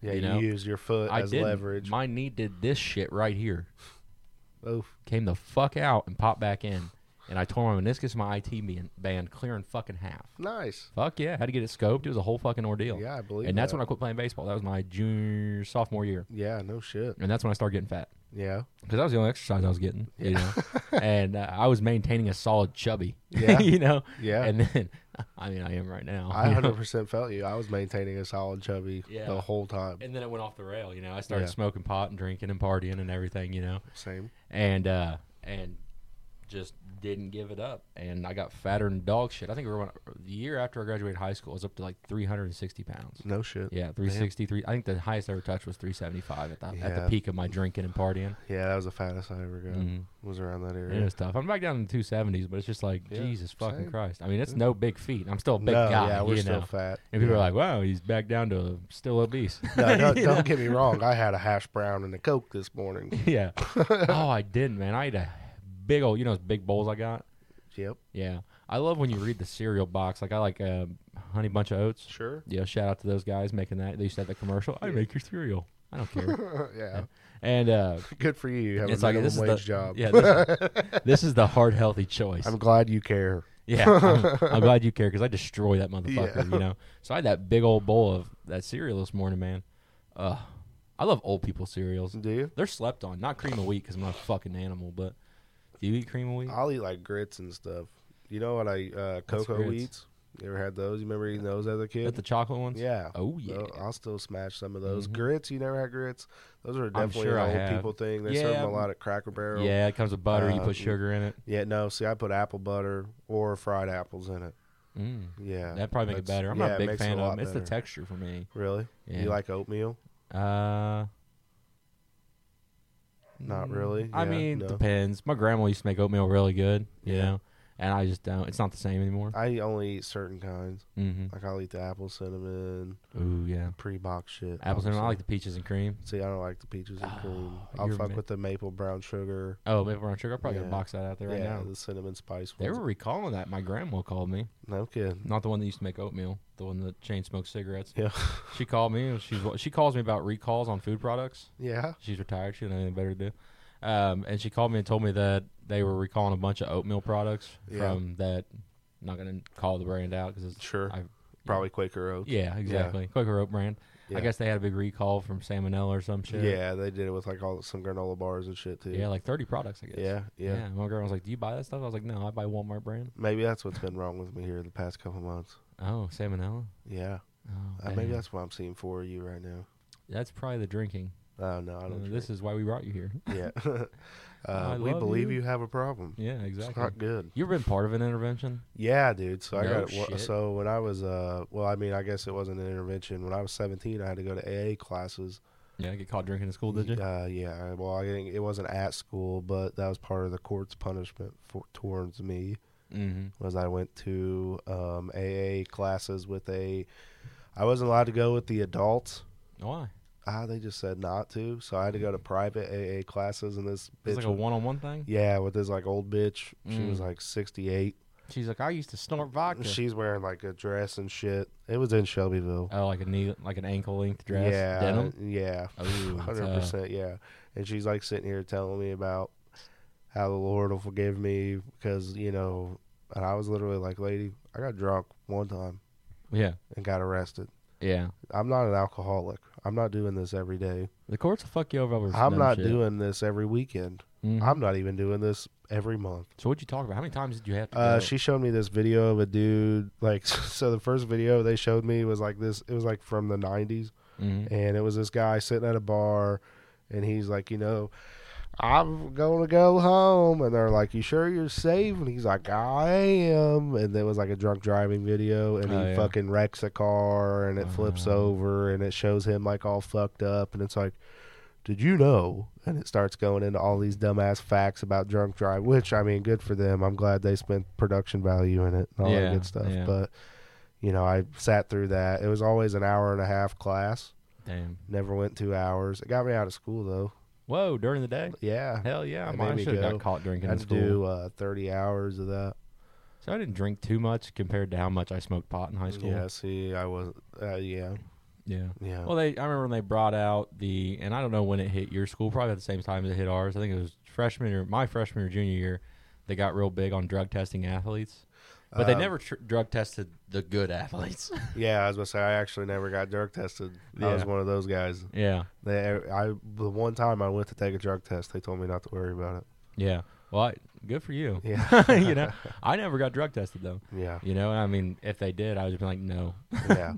A: yeah, you,
B: you know?
A: use your foot
B: I
A: as
B: did.
A: leverage.
B: My knee did this shit right here.
A: Oof.
B: came the fuck out and popped back in. And I tore my meniscus and my IT ban- band clear in fucking half.
A: Nice.
B: Fuck yeah. Had to get it scoped. It was a whole fucking ordeal.
A: Yeah, I believe.
B: and that's
A: that.
B: when I quit playing baseball. That was my junior, sophomore year.
A: Yeah, no shit.
B: And that's when I started getting fat. *laughs*
A: Yeah.
B: Because that was the only exercise I was getting, you know. and uh, I was maintaining a solid chubby, *laughs*
A: Yeah.
B: you know.
A: Yeah.
B: And then, *laughs* I mean, I am right now.
A: I
B: you know?
A: 100% felt you. I was maintaining a solid chubby
B: Yeah.
A: the whole time.
B: And then it went off the rail, you know. I started
A: Yeah.
B: smoking pot and drinking and partying and everything, you know.
A: Same.
B: and uh and just didn't give it up and i got fatter than dog shit i think we were, the year after i graduated high school i was up to like 360 pounds
A: No shit. Yeah.
B: yeah 363 i think the highest I ever touched was 375 at the, at
A: Yeah.
B: the peak of my drinking and partying
A: that was the fattest I ever got.
B: Mhm.
A: Was around that
B: And it
A: area.
B: was tough i'm back down in the 270s but it's just like
A: Yeah,
B: jesus fucking
A: same.
B: christ i mean it's no big feat i'm still a big
A: no,
B: guy
A: yeah, we're
B: you
A: still
B: know?
A: fat.
B: and people are like wow he's back down to still obese *laughs*
A: no, no,
B: You know?
A: don't get me wrong. I had a hash brown and a Coke this
B: *laughs*
A: morning. *laughs*
B: yeah oh i didn't man i ate a big old you know those big bowls i got
A: Yep.
B: Yeah, I love when you read the cereal box. Like I like uh, Honey Bunch of Oats.
A: Sure.
B: Yeah, shout out to those guys making that. They used to have that commercial. I make your cereal. I don't care.
A: *laughs* *laughs* yeah.
B: And uh,
A: Good for you. You have
B: it's
A: a
B: like
A: minimum
B: this is
A: wage
B: the
A: job.
B: Yeah, this,
A: *laughs*
B: this is the hard healthy choice.
A: I'm glad you care. *laughs*
B: yeah, I'm, I'm glad you care because I destroy that motherfucker.
A: Yeah.
B: You know. So I had that big old bowl of that cereal this morning, man. Ugh. I love old people cereals.
A: Do you?
B: They're slept on. Not cream of wheat because I'm not a fucking animal. But do you eat cream of wheat?
A: I'll eat like grits and stuff. You know what I uh,
B: What's
A: cocoa
B: grits?
A: eats? You ever had those? You remember eating those as a
B: But
A: kid?
B: the chocolate ones?
A: yeah.
B: Oh yeah.
A: Tho- I'll still smash some of those
B: Mhm.
A: grits. You never had grits? Those are definitely
B: sure
A: an
B: I
A: old
B: have.
A: people thing. They serve
B: Yeah.
A: them a lot at Cracker Barrel.
B: Yeah, it comes with butter. you
A: Uh,
B: put sugar in it.
A: Yeah, no. See, I put apple butter or fried apples in it.
B: Mm.
A: Yeah,
B: That'd probably make it
A: that's-
B: better. I'm
A: yeah,
B: not a
A: it
B: big
A: makes it
B: fan
A: a
B: of
A: lot
B: them. It's the
A: better.
B: texture for me.
A: Really?
B: Yeah.
A: You like oatmeal?
B: Uh,
A: Not
B: mm,
A: really,
B: I
A: yeah,
B: mean,
A: no.
B: depends. My grandma used to make oatmeal really good, you
A: Yeah.
B: know, and I just don't. It's not the same anymore.
A: I only eat certain kinds.
B: hmm
A: Like I'll eat the apple cinnamon,
B: Ooh yeah,
A: pre-box shit.
B: apples and I like
A: obviously.
B: the peaches and cream.
A: See, I don't like the peaches and
B: Oh,
A: cream. I'll
B: you're
A: fuck
B: ma-
A: with the maple brown sugar.
B: Oh, maple brown sugar. I probably
A: Yeah.
B: got a box that out there right
A: yeah,
B: now.
A: the cinnamon spice.
B: They
A: ones.
B: were recalling that. My grandma called me,
A: no kidding.
B: not the one that used to make oatmeal, the one that chain smoked cigarettes.
A: Yeah,
B: She called me. and She's she calls me about recalls on food products.
A: yeah.
B: She's retired. She don't have anything better to do. Um, and she called me and told me that they were recalling a bunch of oatmeal products
A: Yeah.
B: from that. I'm not going to call the brand out because it's
A: Sure.
B: I-
A: Probably Quaker Oat.
B: yeah, exactly Quaker Oat brand.
A: Yeah.
B: I guess they had a big recall from salmonella or some shit.
A: Yeah, they did it with like all some granola bars and shit too.
B: yeah, like thirty products. I guess.
A: yeah, yeah.
B: My girl was like, "Do you buy that stuff?" I was like, "No, I buy Walmart brand."
A: Maybe that's what's been wrong with me here the past couple months.
B: Oh, salmonella.
A: Yeah,
B: Oh,
A: Uh, maybe
B: damn.
A: that's what I'm seeing for you right now.
B: that's probably the drinking.
A: Oh no, I don't.
B: Uh,
A: drink.
B: this is why we brought you here.
A: Yeah. *laughs* uh,
B: *laughs* I
A: we
B: love
A: believe you.
B: you.
A: have a problem.
B: yeah,
A: It's
B: exactly.
A: not good.
B: You've been part of an intervention.
A: Yeah, dude. So I
B: No
A: got wha-
B: shit.
A: so when I was uh well, I mean, I guess it wasn't an intervention. When I was 17, I had to go to AA classes.
B: Yeah, get caught drinking in school, did you?
A: Uh, yeah. Well, I didn't, it wasn't at school, but that was part of the court's punishment for towards me
B: Mm-hmm.
A: was I went to um, AA classes with a. I wasn't allowed to go with the adults.
B: Why?
A: Ah, they just said not to, so I had to go to private AA classes, and this bitch
B: It's like a one-on-one thing.
A: Yeah, with this like old bitch. She was
B: Mm.
A: like 68.
B: She's like, I used to snort vodka.
A: She's wearing like a dress and shit. It was in Shelbyville.
B: oh, like a knee, like an ankle length dress,
A: yeah,
B: denim. Oh,
A: yeah, *laughs*
B: Ooh, it's,
A: hundred percent. Yeah, and she's like sitting here telling me about how the Lord will forgive me because you know, and I was literally like, lady, I got drunk one time
B: Yeah,
A: and got arrested.
B: yeah.
A: I'm not an alcoholic. I'm not doing this every day.
B: The courts will fuck you over. over
A: I'm
B: dumb
A: not
B: shit.
A: doing this every weekend.
B: Mhm.
A: I'm not even doing this every month.
B: So what'd you talk about? How many times did you have to?
A: Uh,
B: go?
A: she showed me this video of a dude. Like, *laughs* so the first video they showed me was like this. It was like from the '90s,
B: Mhm.
A: and it was this guy sitting at a bar, and he's like, you know, I'm gonna go home, and they're like, you sure you're safe? And he's like, I am. And there was like a drunk driving video, and he
B: Oh, yeah. Uh-huh.
A: fucking wrecks a car, and it flips
B: Wow.
A: over, and it shows him like all fucked up, and it's like. Did you know? And it starts going into all these dumbass facts about drunk drive, which I mean, good for them. I'm glad they spent production value in it and all that
B: Yeah,
A: good stuff.
B: yeah.
A: But you know, I sat through that. It was always an hour and a half class.
B: Damn.
A: Never went two hours. It got me out of school though.
B: Whoa, during the day.
A: Yeah,
B: Hell yeah,
A: It
B: mine
A: made me
B: should have
A: go.
B: got caught drinking
A: I
B: in
A: had to
B: school.
A: do uh, 30 hours of that.
B: So I didn't drink too much compared to how much I smoked pot in high school.
A: Yeah, see, I was, uh, yeah,
B: Yeah.
A: yeah.
B: Well, they I remember when they brought out the, and I don't know when it hit your school, probably at the same time as it hit ours. I think it was freshman or my freshman or junior year. They got real big on drug testing athletes, but they
A: Um,
B: never tr- drug tested the good athletes. *laughs*
A: yeah, I was gonna say I actually never got drug tested. I was
B: Yeah.
A: one of those guys.
B: yeah,
A: They, I, the one time I went to take a drug test, they told me not to worry about
B: yeah. Well, I, good for you. *laughs*
A: it. Yeah,
B: you know, I never got drug tested though.
A: yeah,
B: You know, and I mean, if they did, I would have been like, no.
A: yeah,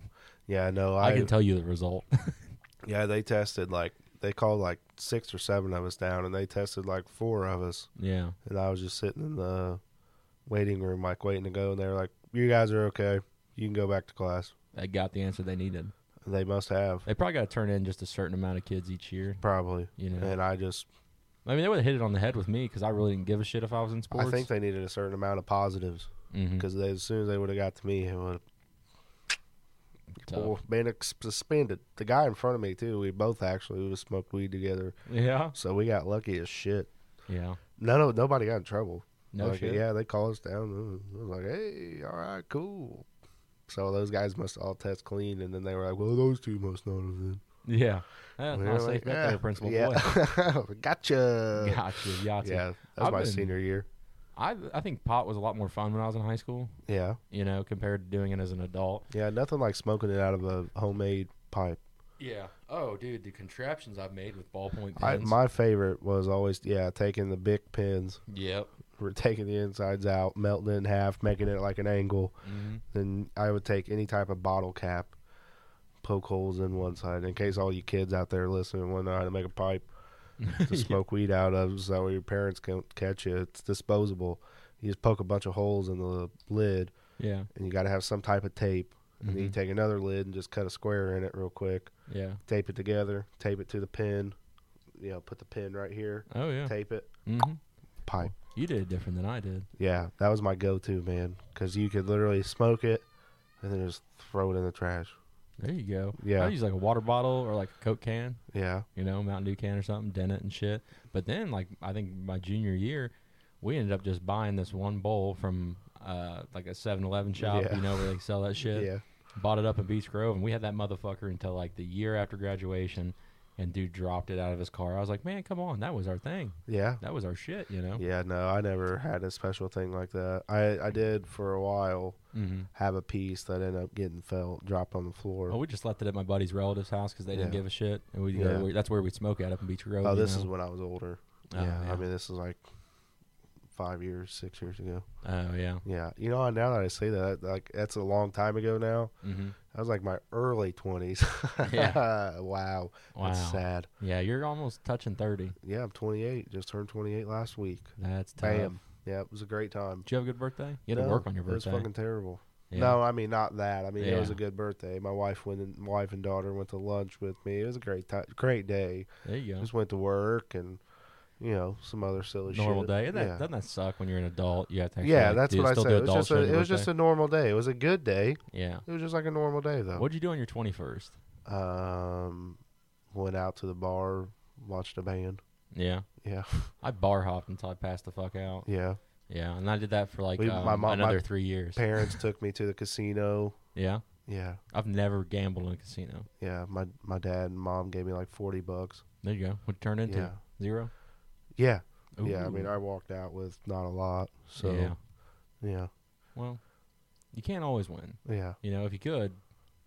A: yeah. No,
B: I,
A: I,
B: can tell you the result. *laughs*
A: yeah, they tested like they called like six or seven of us down, and they tested like four of us,
B: yeah.
A: and I was just sitting in the waiting room, like waiting to go, and they were like, "You guys are okay. You can go back to class."
B: They got the answer they needed.
A: They must have
B: They probably got to turn in just a certain amount of kids each year.
A: probably.
B: You know,
A: And I just,
B: I mean, they would have hit it on the head with me because I really didn't give a shit if I was in sports.
A: I think they needed a certain amount of positives
B: Mhm.
A: because as soon as they would have got to me, it would
B: Tough.
A: have been ex- suspended. The guy in front of me too. We both actually we was smoked weed together,
B: Yeah.
A: so we got lucky as shit.
B: Yeah.
A: No, no, nobody got in trouble.
B: No
A: Like,
B: shit.
A: Yeah, they called us down. I was like, hey, all right, cool. So those guys must all test clean, and then they were like, well, those two must not have been.
B: Yeah. *laughs* Eh,
A: We
B: not
A: were
B: a safe
A: like,
B: bet
A: "Ah,
B: there, Principal
A: yeah.
B: Boy.
A: *laughs* gotcha.
B: Gotcha. Gotcha.
A: Yeah, that was
B: I've
A: my
B: been-
A: senior year.
B: I I think pot was a lot more fun when I was in high school.
A: Yeah,
B: You know, compared to doing it as an adult.
A: yeah, nothing like smoking it out of a homemade pipe.
B: Yeah. Oh, dude, the contraptions I've made with ballpoint
A: I, my favorite was always yeah taking the big pins
B: yep.
A: r- taking the insides out, melting it in half, making it like an angle.
B: Mm-hmm.
A: Then I would take any type of bottle cap, poke holes in one side. In case all you kids out there listening want to know how to make a pipe
B: *laughs*
A: to smoke weed out of, so your parents can't catch you. It's disposable. You just poke a bunch of holes in the lid,
B: Yeah.
A: and you got to have some type of tape. And then you
B: Mhm.
A: take another lid and just cut a square in it real quick.
B: Yeah.
A: Tape it together. Tape it to the pin. You know, put the pin right here.
B: Oh yeah.
A: Tape it.
B: Mm-hmm.
A: Pipe.
B: You did it different than I did.
A: Yeah, that was my go-to, man, because you could literally smoke it and then just throw it in the trash.
B: There you go.
A: Yeah.
B: I use like a water bottle or like a Coke can,
A: Yeah,
B: you know, Mountain Dew can or something, dent it and shit. But then, like, I think my junior year, we ended up just buying this one bowl from uh, like a 7 Eleven shop,
A: Yeah.
B: you know, where they sell
A: *laughs*
B: that
A: yeah,
B: shit. Bought it up in Beach Grove, and we had that motherfucker until like the year after graduation, and dude dropped it out of his car. I was like, man, come on. That was our thing.
A: yeah,
B: That was our shit, you know?
A: yeah. No, I never had a special thing like that. I I did for a while
B: Mm-hmm.
A: have a piece that ended up getting fell dropped on the floor.
B: Well, Oh, we just left it at my buddy's relative's house because they didn't
A: Yeah.
B: give a shit. And we
A: Yeah.
B: go, we- that's where we'd smoke at up in Beach Grove.
A: oh,
B: you
A: this
B: know?
A: is when I was older.
B: Oh,
A: yeah,
B: yeah.
A: I mean, this is like five years, six years ago.
B: Oh, yeah.
A: Yeah, you know, now that I say that, like that's a long time ago now.
B: Mm-hmm.
A: That was like my early twenties. *laughs*
B: Yeah.
A: wow,
B: Wow.
A: that's sad.
B: Yeah, you're almost touching 30.
A: Yeah, I'm 28. Just turned 28 last week.
B: That's tough.
A: Bam. Yeah, it was a great time.
B: Did you have a good birthday? You had
A: No,
B: to work on your
A: It was
B: birthday.
A: fucking terrible.
B: yeah.
A: No, I mean not that. I mean it was
B: Yeah.
A: a good birthday. My wife went, and, my wife and daughter went to lunch with me. It was a great time, great day.
B: There you go.
A: Just went to work and you know some other silly
B: Normal
A: shit.
B: day. Isn't that,
A: yeah,
B: Doesn't that suck when you're an adult? You have to actually
A: yeah,
B: like,
A: that's
B: do,
A: what I
B: still
A: said.
B: do
A: It was
B: adult
A: just
B: shit
A: a,
B: on your
A: it was just
B: birthday?
A: a normal day. It was a good day.
B: Yeah.
A: It was just like a normal day though.
B: What'd you do on your 21st?
A: Um, went out to the bar, watched a band.
B: Yeah.
A: Yeah, *laughs*
B: I bar hopped until I passed the fuck out.
A: yeah.
B: Yeah, and I did that for like
A: We-
B: um,
A: my mom- my
B: another three years.
A: Parents took me to the casino.
B: Yeah,
A: Yeah,
B: I've never gambled in a casino.
A: yeah. My my dad and mom gave me like forty bucks.
B: There you go. What it turned into
A: Yeah.
B: zero.
A: Yeah, Yeah, I mean,
B: Ooh.
A: I walked out with not a lot. So
B: yeah.
A: yeah, yeah,
B: Well, you can't always win.
A: yeah.
B: You know, if you could,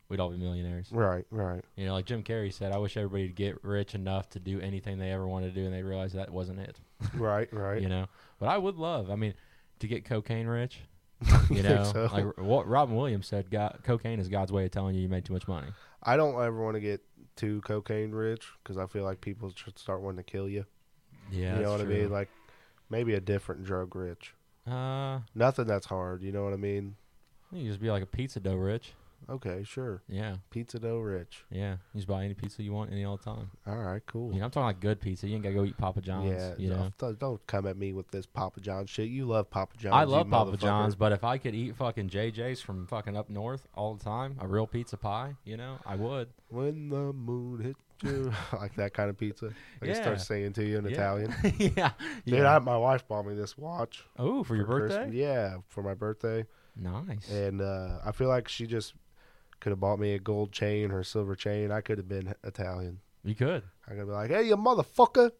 B: we'd all be millionaires.
A: right, right. *laughs*
B: You know, like Jim Carrey said, I wish everybody would get rich enough to do anything they ever wanted to do, and they realize that wasn't it.
A: right, right.
B: You know, but I would love, I mean, to get cocaine rich.
A: *laughs* You think
B: You know,
A: so?
B: like what Robin Williams said, God, cocaine is God's way of telling you you made too much money.
A: I don't ever want to get too cocaine rich because I feel like people should start wanting to kill you.
B: Yeah,
A: you know what I mean? Like maybe a different drug rich.
B: uh,
A: Nothing that's hard. You know what I mean?
B: you can just be like a pizza dough rich.
A: Okay, sure.
B: Yeah,
A: Pizza dough rich.
B: yeah. You just buy any pizza you want, any all the time.
A: All right, cool.
B: You know, I'm talking like good pizza. You ain't gotta go eat Papa John's.
A: yeah,
B: you know.
A: don't, don't come at me with this Papa John shit. You love Papa John's.
B: I
A: you
B: love Papa
A: motherfucker.
B: John's, but if I could eat fucking JJ's from fucking up north all the time, a real pizza pie, you know, I would. *laughs*
A: When the moon hit you, *laughs* like that kind of pizza. Like it
B: Yeah.
A: starts singing to you in
B: Yeah.
A: Italian.
B: yeah.
A: Dude,
B: yeah.
A: I, my wife bought me this watch
B: Oh, for your
A: Christmas-
B: birthday?
A: Yeah, for my birthday,
B: Nice.
A: and uh, I feel like she just could have bought me a gold chain or a silver chain. I could have been Italian.
B: You
A: *laughs*
B: could.
A: I could be like, "Hey, you motherfucker,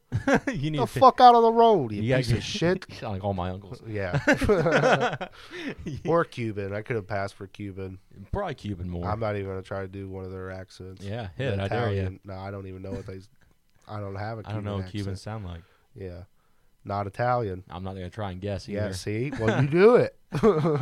B: you need
A: the
B: to-
A: fuck out of the road, you,
B: You gotta
A: piece of
B: get- *laughs*
A: shit."
B: You sound like all my uncles. *laughs*
A: Yeah, *laughs* or Cuban. I could have passed for Cuban.
B: Probably Cuban more.
A: I'm not even gonna try to do one of their accents.
B: yeah,
A: The
B: hit. I dare you.
A: Italian- No, I don't even know what they. I don't have a Cuban
B: I don't know what
A: accent.
B: Cubans sound like.
A: Yeah, not Italian.
B: I'm not gonna try and guess
A: Yeah,
B: either.
A: see, well, you do it. *laughs*
B: *laughs*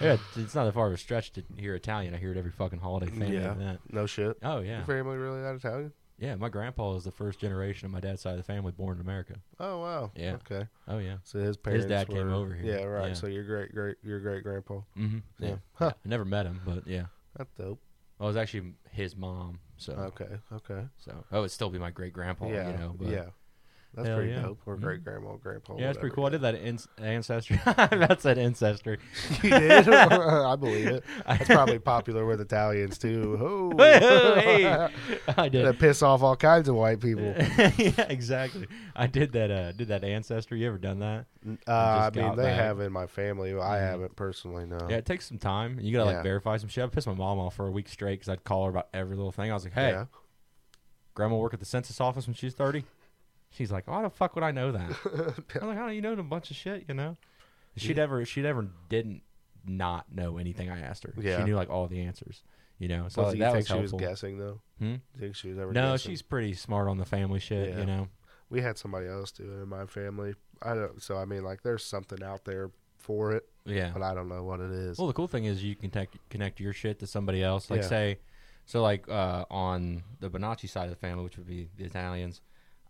B: Yeah, it's not that far of a stretch to hear Italian. I hear it every fucking holiday family
A: Yeah.
B: event.
A: no shit.
B: Oh yeah,
A: Your family really not Italian?
B: yeah. My grandpa is the first generation of my dad's side of the family born in America.
A: Oh wow.
B: Yeah.
A: Okay.
B: Oh yeah.
A: So his parents.
B: dad came
A: were-
B: over here.
A: Yeah. Right.
B: Yeah.
A: So your great great your great grandpa.
B: Mm-hmm.
A: Yeah.
B: Yeah.
A: Huh.
B: Yeah. I never met him, but yeah.
A: That's dope.
B: Well, it was actually his mom. So,
A: Okay. Okay.
B: so that would still be my great grandpa.
A: Uh, yeah.
B: Oh. You know, but
A: yeah. That's
B: Hell
A: pretty
B: yeah.
A: dope. Or
B: Mhm.
A: great grandma, grandpa.
B: Yeah, that's pretty cool. I
A: whatever.
B: did that in- ancestry. *laughs* that's that ancestry.
A: you did.
B: *laughs*
A: *laughs* I believe it.
B: I-
A: That's
B: *laughs*
A: probably popular with Italians too. Oh. *laughs*
B: Hey, I *laughs*
A: Gonna
B: did.
A: piss off all kinds of white people.
B: yeah, exactly. I did that. Uh, did that ancestry? You ever done that?
A: Uh, I
B: just
A: mean,
B: got
A: they
B: back.
A: have in my family. but I
B: Mhm.
A: haven't personally. No.
B: Yeah, it takes some time. You gotta
A: Yeah.
B: like verify some shit. I pissed my mom off for a week straight because I'd call her about every little thing. I was like, "Hey,
A: Yeah.
B: grandma work at the census office when she's 30? She's like, why the fuck would I know that?
A: *laughs*
B: I'm like, oh, you know a bunch of shit, you know? She
A: Yeah.
B: never, she never didn't not know anything I asked her.
A: Yeah.
B: She knew like all the answers, you know?
A: So
B: So like,
A: do you
B: that
A: think
B: was
A: she was
B: helpful.
A: guessing though?
B: Hmm?
A: You think she was ever?
B: No,
A: guessing?
B: she's pretty smart on the family shit,
A: Yeah.
B: you know?
A: We had somebody else do it in my family. I don't, so I mean, like, there's something out there for it,
B: Yeah.
A: but I don't know what it is.
B: Well, the cool thing is you can tech- connect your shit to somebody else. Like
A: Yeah.
B: say, so like uh, on the Bonacci side of the family, which would be the Italians,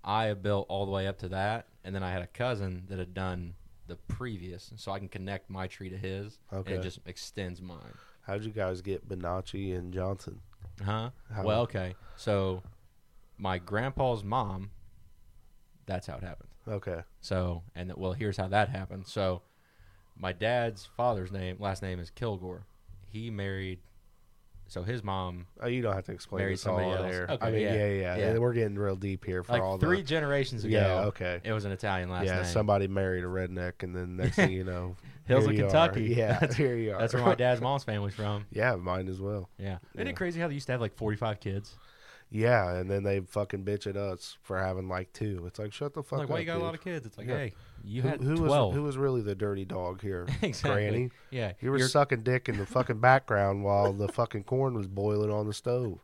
B: I have built all the way up to that, and then I had a cousin that had done the previous, so I can connect my tree to his, and
A: Okay.
B: it just extends mine.
A: How'd you guys get Bonacci and Johnson?
B: Huh?
A: How-
B: Well, okay. So my grandpa's mom. That's how it happened.
A: Okay.
B: So and well, here's how that happened. So my dad's father's name last name is Kilgore. He married. So his mom
A: Oh, you don't have to explain
B: Marry
A: this all
B: somebody
A: on
B: else.
A: air.
B: Okay,
A: I mean,
B: yeah,
A: yeah, yeah,
B: yeah.
A: We're getting real deep here for
B: like
A: all
B: three generations
A: the.
B: ago.
A: Yeah. Okay.
B: It was an Italian last
A: yeah.
B: name.
A: Somebody married a redneck, and then next thing you know,
B: *laughs* Hills
A: here
B: of
A: you are.
B: Kentucky.
A: *laughs* Yeah.
B: That's-
A: here you are.
B: That's where my dad's mom's family's from.
A: *laughs* yeah, mine as well.
B: *laughs* Yeah. Isn't
A: Yeah.
B: it crazy how they used to have like 45 kids?
A: Yeah, and then they fucking bitch at us for having like two. It's like shut the fuck
B: like,
A: up.
B: why you got
A: dude.
B: a lot of kids? It's like,
A: Yeah.
B: hey, you
A: who,
B: had
A: who
B: 12.
A: Was,
B: *laughs*
A: who was really the dirty dog here?
B: exactly.
A: Granny.
B: Yeah.
A: You were
B: Your-
A: sucking dick in the fucking background while the fucking corn was boiling on the
B: *laughs*
A: stove.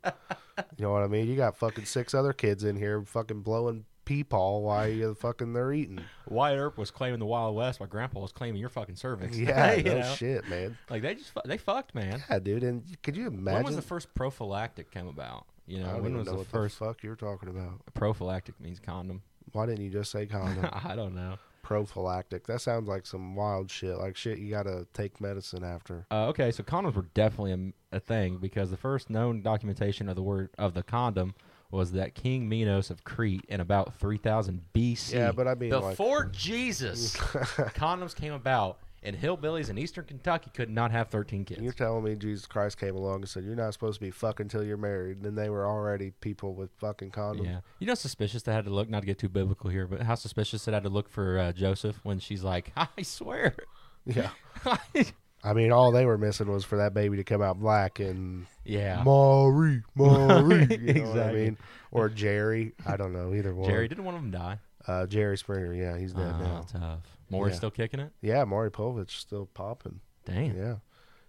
A: You know what I mean? You got fucking six other kids in here fucking blowing peepaw while you fucking they're
B: *laughs*
A: eating.
B: Wyatt Earp was claiming the Wild West while Grandpa was claiming your fucking cervix. *laughs*
A: Yeah,
B: You
A: no
B: know?
A: shit, man.
B: Like they just fu- they fucked, man.
A: Yeah, dude. And could you imagine?
B: When was the first prophylactic come about? You
A: I
B: know,
A: don't
B: when
A: even
B: was
A: know
B: the
A: what
B: first
A: the fuck you're talking about.
B: prophylactic means condom?
A: Why didn't you just say condom?
B: *laughs* I don't know.
A: Prophylactic. That sounds like some wild shit. Like shit you gotta take medicine after.
B: Uh, okay, so condoms were definitely a m- a, thing because the first known documentation of the word of the condom was that King Minos of Crete in about 3000 BC.
A: Yeah, but I mean, like-
B: before
A: *laughs*
B: Jesus, *laughs* condoms came about, and hillbillies in eastern Kentucky could not have 13 kids.
A: You're telling me Jesus Christ came along and said you're not supposed to be fucking till you're married, and then they were already people with fucking condoms.
B: Yeah, you know, how suspicious they had to look. Not to get too biblical here, but how suspicious it had to look for uh, Joseph when she's like, *laughs* "I swear."
A: Yeah. I mean, all they were missing was for that baby to come out black and
B: *laughs* yeah,
A: Marie,
B: *laughs*
A: Marie. You know what I
B: Exactly.
A: mean? Or Jerry. I don't know
B: *laughs*
A: either one.
B: Jerry didn't one of them die.
A: uh, Jerry Springer. Yeah, he's dead
B: Oh,
A: now.
B: tough. Maury's
A: Yeah.
B: still kicking it.
A: Yeah, Maury Povich still popping.
B: Damn,
A: Yeah,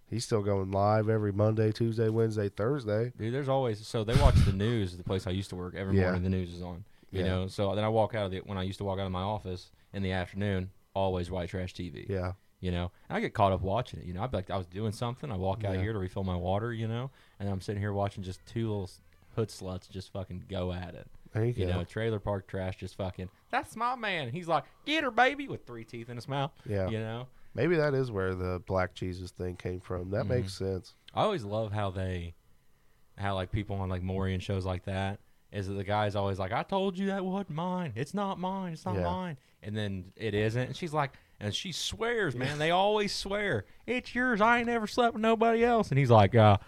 A: he's still going live every Monday, Tuesday, Wednesday, Thursday.
B: dude. There's always so they watch the news. at The place I used to work every
A: Yeah.
B: morning, the news is on. You
A: Yeah.
B: know, so then I walk out of the when I used to walk out of my office in the afternoon. Always white trash TV.
A: Yeah,
B: You know, and I get caught up watching it. You know, I'd be like, I was doing something. I walk out
A: Yeah.
B: here to refill my water. You know, and I'm sitting here watching just two little s- hood sluts just fucking go at it.
A: there you,
B: You
A: go.
B: know, trailer park trash just fucking, that's my man. He's like, get her, baby, with three teeth in his mouth.
A: yeah,
B: You know?
A: maybe that is where the Black Jesus thing came from. That
B: Mhm.
A: makes sense.
B: I always love how they, how like people on like Maury and shows like that, is that the guy's always like, I told you that wasn't mine. It's not mine. It's not
A: Yeah.
B: mine. And then it isn't. And she's like, and she swears, man. They always swear, it's yours. I ain't never slept with nobody else. And he's like, uh,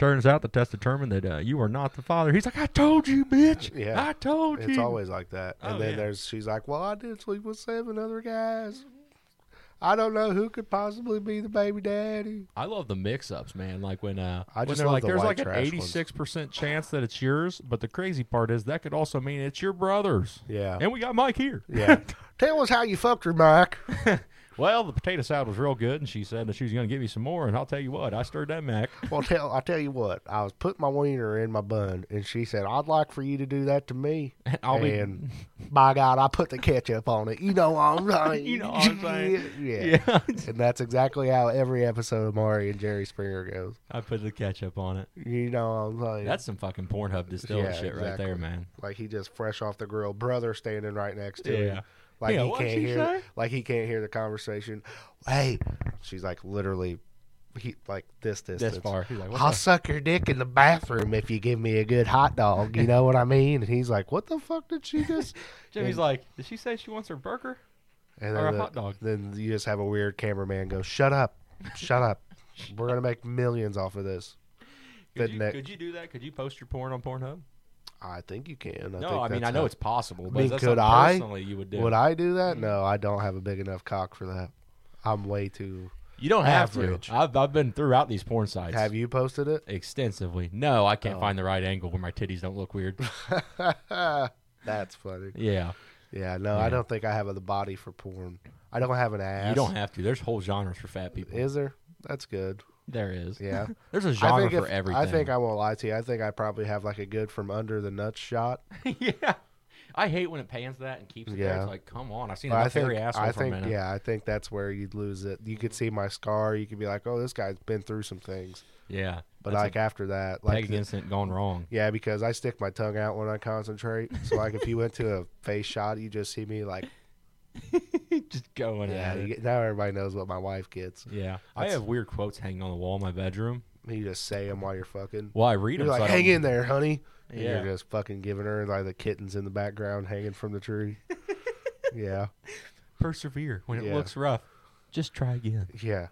B: turns out the test determined that uh, you are not the father. He's like, I told you, bitch.
A: Yeah.
B: I told you.
A: It's always like that. And
B: Oh,
A: then
B: yeah.
A: there's she's like, "Well, I did sleep with seven other guys. I don't know who could possibly be the baby
B: *laughs*
A: daddy."
B: I love the mix-ups, man. Like when uh,
A: I
B: when
A: just
B: they're
A: love
B: like
A: the
B: there's
A: white
B: like an
A: trash ones.
B: eighty-six percent chance that it's yours, but the crazy part is that could also mean it's your brother's.
A: Yeah.
B: and we got Mike here.
A: Yeah. Tell us how you fucked her, Mike.
B: Well, the potato salad was real good, and she said that she was going to give me some more. And I'll tell you what, I stirred that mac.
A: Well, tell I tell you what. I was putting my wiener in my bun, and she said, "I'd like for you to do that to me."
B: I'll
A: and by God, I put the ketchup on it. You know what I'm saying?
B: *laughs* You know what I'm saying.
A: *laughs* yeah.
B: be. *laughs* Yeah,
A: And that's exactly how every episode of Mari and Jerry Springer goes.
B: I put the ketchup on it.
A: You know what I'm saying?
B: That's some fucking Pornhub distilled
A: Yeah,
B: shit right
A: exactly.
B: there, man.
A: like he just fresh off the grill, brother standing right next to
B: Yeah.
A: him. Like
B: Yeah,
A: he
B: what'd
A: can't
B: she
A: hear
B: say?
A: like he can't hear the conversation. Hey she's like literally he like this distance.
B: This far, he's like, what
A: I'll
B: the-
A: suck your dick in the bathroom if you give me a good hot dog. You know what I mean? And he's like, "What the fuck did she
B: *laughs*
A: just?"
B: Jimmy's
A: and-
B: like, did she say she wants her burger?
A: And
B: Or a
A: the-
B: hot dog.
A: Then you just have a weird cameraman go, "Shut up, shut up. We're gonna make millions off of this." The
B: Could you,
A: next-
B: could you do that? Could you post your porn on Pornhub?
A: I think you can. I
B: no,
A: think
B: I mean
A: that's
B: I know
A: how-
B: it's Mm-hmm. possible, but
A: mean,
B: that's
A: could
B: something
A: I?
B: personally you would do.
A: Would I do that? No, I don't have a big enough cock for that. I'm way too.
B: You don't have
A: Average.
B: to. I've, I've been throughout these porn sites.
A: Have you posted it? *laughs*
B: Extensively. No, I can't
A: Oh.
B: find the right angle where my titties don't look
A: *laughs*
B: weird.
A: That's funny.
B: yeah.
A: Yeah, no,
B: Yeah.
A: I don't think I have the body for porn. I don't have an ass.
B: You don't have to. There's whole genres for fat people.
A: Is there? That's good.
B: there is.
A: Yeah.
B: There's a genre
A: I think
B: for
A: if-
B: everything.
A: I think I won't lie to you. I think I probably have like a good from under the nuts shot.
B: *laughs* yeah. I hate when it pans that and keeps it there.
A: Yeah.
B: It's like, come on, I've seen
A: But
B: a
A: I think,
B: hairy asshole
A: I
B: for a
A: think,
B: minute.
A: yeah, I think that's where you'd lose it. You could see my scar. You could be like, oh, this guy's been through some things.
B: Yeah,
A: But
B: That's
A: like after that,
B: a peg
A: like the-
B: against it gone
A: *laughs*
B: wrong. *laughs*
A: yeah, because I stick my tongue out when I concentrate. So like if you went to a face shot, you just see me
B: *laughs*
A: like,
B: Just going
A: yeah.
B: at
A: You
B: it.
A: get, now everybody knows what my wife gets.
B: Yeah, I
A: That's-
B: have weird quotes hanging on the wall in my bedroom.
A: You just say them while you're fucking.
B: Well, I read
A: You're
B: them. so
A: like,
B: I don't-
A: hang in there, honey. And
B: Yeah,
A: You're just fucking giving her like the kittens in the background hanging from the
B: *laughs*
A: tree. yeah,
B: persevere when it
A: Yeah.
B: looks rough. Just try again.
A: yeah.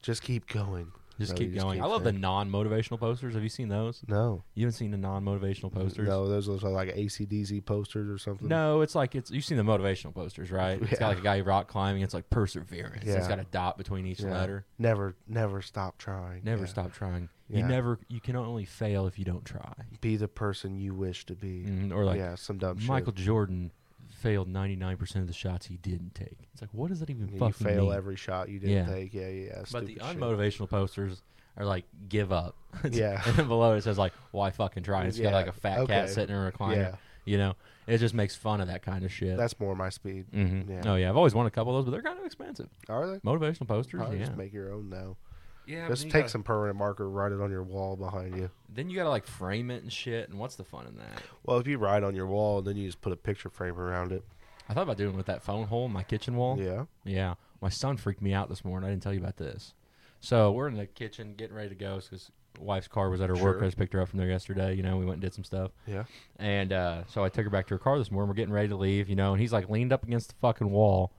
A: Just keep going.
B: Just
A: No, you
B: keep
A: just
B: going.
A: keep
B: I love the
A: saying-
B: non-motivational posters. Have you seen those?
A: No,
B: You haven't seen the non-motivational posters?
A: no, those look like ACDC posters or something.
B: No, it's like it's you've seen the motivational posters, right? It's
A: Yeah.
B: got like a guy rock climbing. It's like perseverance. It's
A: Yeah.
B: got a dot between each
A: Yeah.
B: letter.
A: Never, never stop trying.
B: Never
A: Yeah.
B: stop trying. You
A: Yeah.
B: never. You can only fail if you don't try.
A: Be the person you wish to be.
B: Mhm, Or like
A: yeah, some dumb
B: Michael
A: shit.
B: Jordan failed ninety nine percent of the shots he didn't take. It's like what does that even
A: You
B: fucking
A: fail
B: mean?
A: every shot you didn't
B: Yeah.
A: take. Yeah, yeah. yeah,
B: but the
A: stupid shit.
B: unmotivational posters are like give up. *laughs* It's-
A: Yeah.
B: and then below it says like why fucking try? It's got
A: Yeah,
B: like a fat cat
A: okay.
B: sitting in a recliner.
A: Yeah,
B: You know, it just makes fun of that kind of shit.
A: that's more my speed.
B: Mhm.
A: yeah.
B: Oh yeah, I've always wanted a couple of those, but they're kind of expensive.
A: Are they?
B: Motivational posters,
A: Probably
B: yeah.
A: Just make your own now.
B: yeah.
A: Oh, Just take some permanent marker, write it on your wall behind you.
B: Then you gotta like frame it and shit. And what's the fun in that?
A: Well, if you write on your wall, then you just put a picture frame around it.
B: I thought about doing it with that phone hole in my kitchen wall. Yeah.
A: Yeah.
B: My son freaked me out this morning. I didn't tell you about this. So we're in the kitchen getting ready to go because wife's car was at her work.
A: Sure.
B: I just picked her up from there yesterday. You know, we went and did some stuff.
A: Yeah.
B: And uh, so I took her back to her car this morning. We're getting ready to leave, you know, and he's like leaned up against the fucking wall,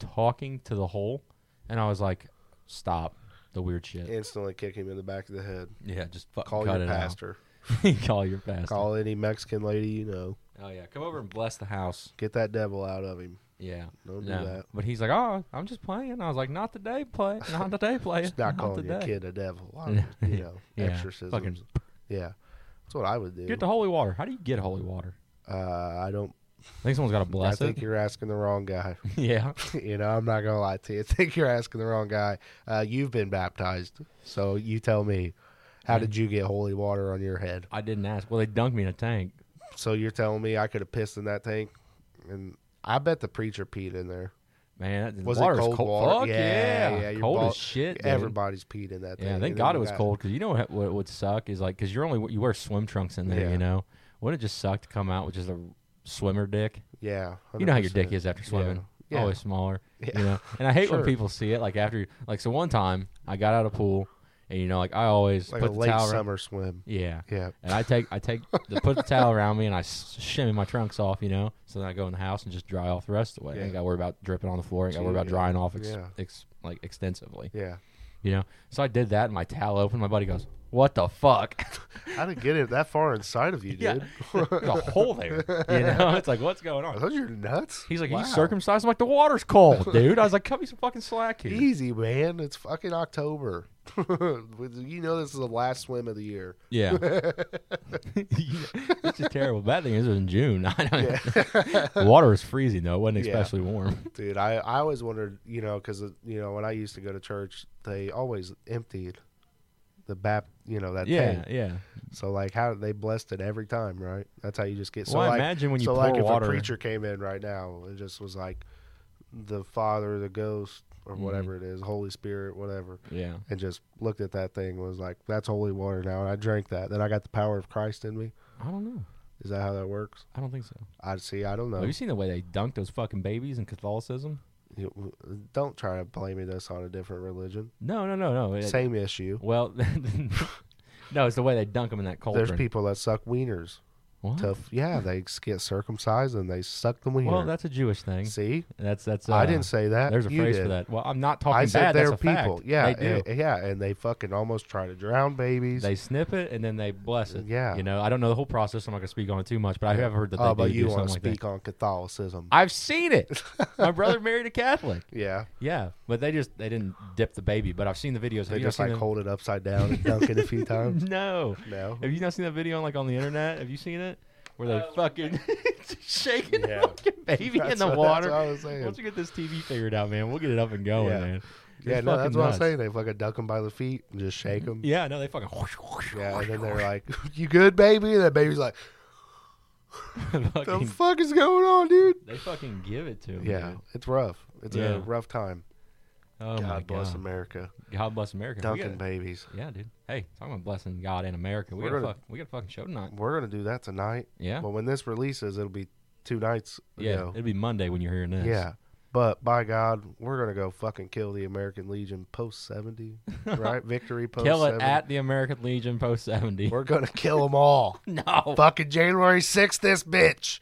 B: talking to the hole. And I was like, stop the weird shit.
A: Instantly kick him in the back of the head.
B: yeah, just fucking
A: Call
B: cut
A: your
B: it *laughs*
A: pastor.
B: out. Call your pastor.
A: Call any Mexican lady you know.
B: Oh yeah, come over and bless the house.
A: Get that devil out of him.
B: Yeah.
A: Don't
B: No.
A: do that.
B: But he's like, oh, I'm just playing. I was like, not today, play. *laughs*
A: *laughs*
B: Not today, play.
A: It's not calling
B: today.
A: your kid a devil. I
B: Yeah.
A: you know,
B: *laughs* Yeah.
A: exorcisms.
B: Fucking
A: Yeah. That's what I would do.
B: get the holy water. How do you get holy water?
A: uh, I don't.
B: I think someone's got to bless
A: I think
B: it.
A: you're asking the wrong guy.
B: *laughs*
A: *laughs*
B: Yeah.
A: you know, I'm not gonna lie to you. *laughs* I think you're asking the wrong guy. Uh, you've been baptized, so you tell me. How did you get holy water on your head?
B: I didn't ask. Well, they dunked me in a tank.
A: So you're telling me I could have pissed in that tank, and I bet the preacher peed in there.
B: Man, that
A: Was it
B: water's
A: cold water?
B: Fuck yeah.
A: Yeah, yeah, your
B: cold
A: ball-
B: as shit. dude.
A: Everybody's peed in that.
B: Yeah,
A: thing.
B: thank
A: And
B: God
A: then
B: it
A: you
B: was
A: got-
B: cold because you know what, what would suck is like because you're only you wear swim trunks in there,
A: Yeah.
B: you know. Wouldn't it just suck to come out with just a swimmer dick?
A: Yeah,
B: You know how your dick
A: 100%.
B: is after swimming.
A: Yeah.
B: Always smaller.
A: Yeah.
B: You know? And I hate when
A: Sure.
B: people see it like after you like so one time I got out of pool and you know, like I always
A: Like
B: put
A: a
B: the
A: late
B: towel around,
A: summer swim.
B: Yeah.
A: Yeah,
B: And I take I take the, put the towel around me and I s- shimmy my trunks off, you know. So then I go in the house and just dry off the rest of the way. I
A: Yeah.
B: ain't got to worry about dripping on the floor. I ain't got to worry
A: Gee,
B: about
A: yeah.
B: drying off ex-
A: Yeah.
B: ex- like extensively,
A: yeah.
B: you know. So I did that and my towel opened. My buddy goes, "What the fuck?" *laughs*
A: I didn't get it that far inside of you,
B: Yeah.
A: dude.
B: the hole there, you *laughs* know. It's like, what's going
A: Are
B: on?
A: those your nuts?
B: He's like,
A: Wow.
B: "You circumcised?" I'm like, "The water's *laughs* cold, dude." I was like, "Cut me some fucking slack here."
A: Easy, man. It's fucking October. *laughs* you know this is the last swim of the year.
B: *laughs* *laughs* Yeah. it's just terrible. Bad thing is it was in June. *laughs* I don't, the water was freezing though. It wasn't
A: Yeah.
B: especially *laughs* warm.
A: Dude, I, I always wondered, you know, because, you know, when I used to go to church, they always emptied the bap, you know, that
B: Yeah,
A: tank.
B: yeah.
A: So, like, how they blessed it every time, right? That's how you just get. So,
B: well, I
A: like,
B: imagine when you
A: so
B: pour
A: like if
B: water,
A: a preacher came in right now and just was like, the Father, the Ghost, or
B: Mhm.
A: whatever it is, Holy Spirit, whatever,
B: yeah,
A: and just looked at that thing and was like, that's holy water now. And I drank that. Then I got the power of Christ in me.
B: I don't know.
A: Is that how that works?
B: I don't think so.
A: I see. I don't know.
B: Have you seen the way they dunk those fucking babies in Catholicism?
A: You- don't try to blame this on a different religion.
B: No, no, no, no. It-
A: Same issue.
B: Well, *laughs* no, it's the way they dunk them in that cauldron.
A: There's people that suck wieners.
B: What?
A: Tough. Yeah, they s- get circumcised and they suck the wiener.
B: Well, that's a Jewish thing.
A: see,
B: That's that's. Uh,
A: I didn't say that.
B: There's a
A: You
B: phrase
A: did.
B: for that. Well, I'm not talking
A: I said
B: bad.
A: they're
B: that's a
A: people.
B: Fact.
A: Yeah,
B: they do.
A: and- yeah, and they fucking almost try to drown babies.
B: They snip it and then they bless it.
A: Yeah.
B: You know, I don't know the whole process. I'm not going to speak on it too much, but I have heard that they
A: oh,
B: do,
A: but
B: do
A: you
B: something
A: want to
B: like that.
A: speak on Catholicism?
B: I've seen it. My brother married
A: *laughs*
B: a Catholic.
A: yeah,
B: Yeah, but they just they didn't dip the baby. But I've seen the videos. Have
A: they
B: you
A: just
B: not
A: like
B: seen
A: hold it upside down and dunk it a few
B: them? *laughs*
A: times.
B: No.
A: No.
B: Have you not seen that video on like on the internet? Have you seen it? Where they
C: Uh,
B: fucking *laughs* shaking
A: Yeah.
B: the fucking
A: *laughs*
B: baby
A: That's
B: in the
A: what- that's what
B: water.
A: I was saying.
B: Once we get this TV figured out, man, we'll get it up and going,
A: Yeah.
B: man.
A: Yeah,
B: It's
A: no,
B: fucking
A: that's what I'm
B: nuts.
A: saying. They fucking duck them by the feet and just
B: *laughs*
A: shake them.
B: Yeah, no, they fucking.
A: Yeah, and then they're like, "You good, baby?" And that baby's like, the
B: *laughs* fucking,
A: fuck is going on, dude?
B: they fucking give it to him.
A: Yeah, it's rough. It's a
B: Yeah.
A: rough time.
B: Oh my
A: God bless
B: God.
A: America.
B: God bless America. We
A: Dunking
B: gotta-
A: babies.
B: yeah, dude. Hey, talking about blessing God and America. We
A: We're
B: got a
A: gonna-
B: fuck. We got a fucking show tonight.
A: We're gonna do that tonight.
B: Yeah.
A: But when this releases, it'll be two nights
B: yeah.
A: ago.
B: It'll be Monday when you're hearing this.
A: Yeah. But by God, we're gonna go fucking kill the American Legion post
B: *laughs*
A: seventy, right? Victory post
B: Kill it
A: seventy.
B: at the American Legion post 70.
A: We're gonna kill them all.
B: *laughs*
A: *laughs*
B: no.
A: fucking January 6th, this bitch.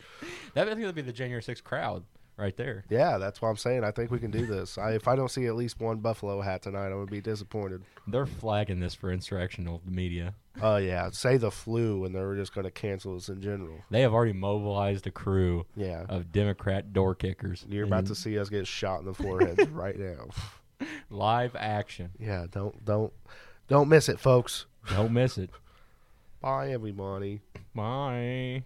B: That, I think that'd be the January 6th crowd right there.
A: Yeah, that's what I'm saying. I think we can do this. I, if I don't see at least one Buffalo hat tonight, I'm gonna be disappointed.
B: They're flagging this for insurrectional media.
A: Oh yeah, say the flu, and they're just gonna cancel us in general.
B: They have already mobilized a crew
A: Yeah,
B: of Democrat door kickers.
A: you're about
B: in
A: to see us get shot in the forehead *laughs* right now.
B: live action.
A: Yeah, don't don't don't miss it, folks.
B: Don't miss it.
A: Bye, everybody.
B: Bye.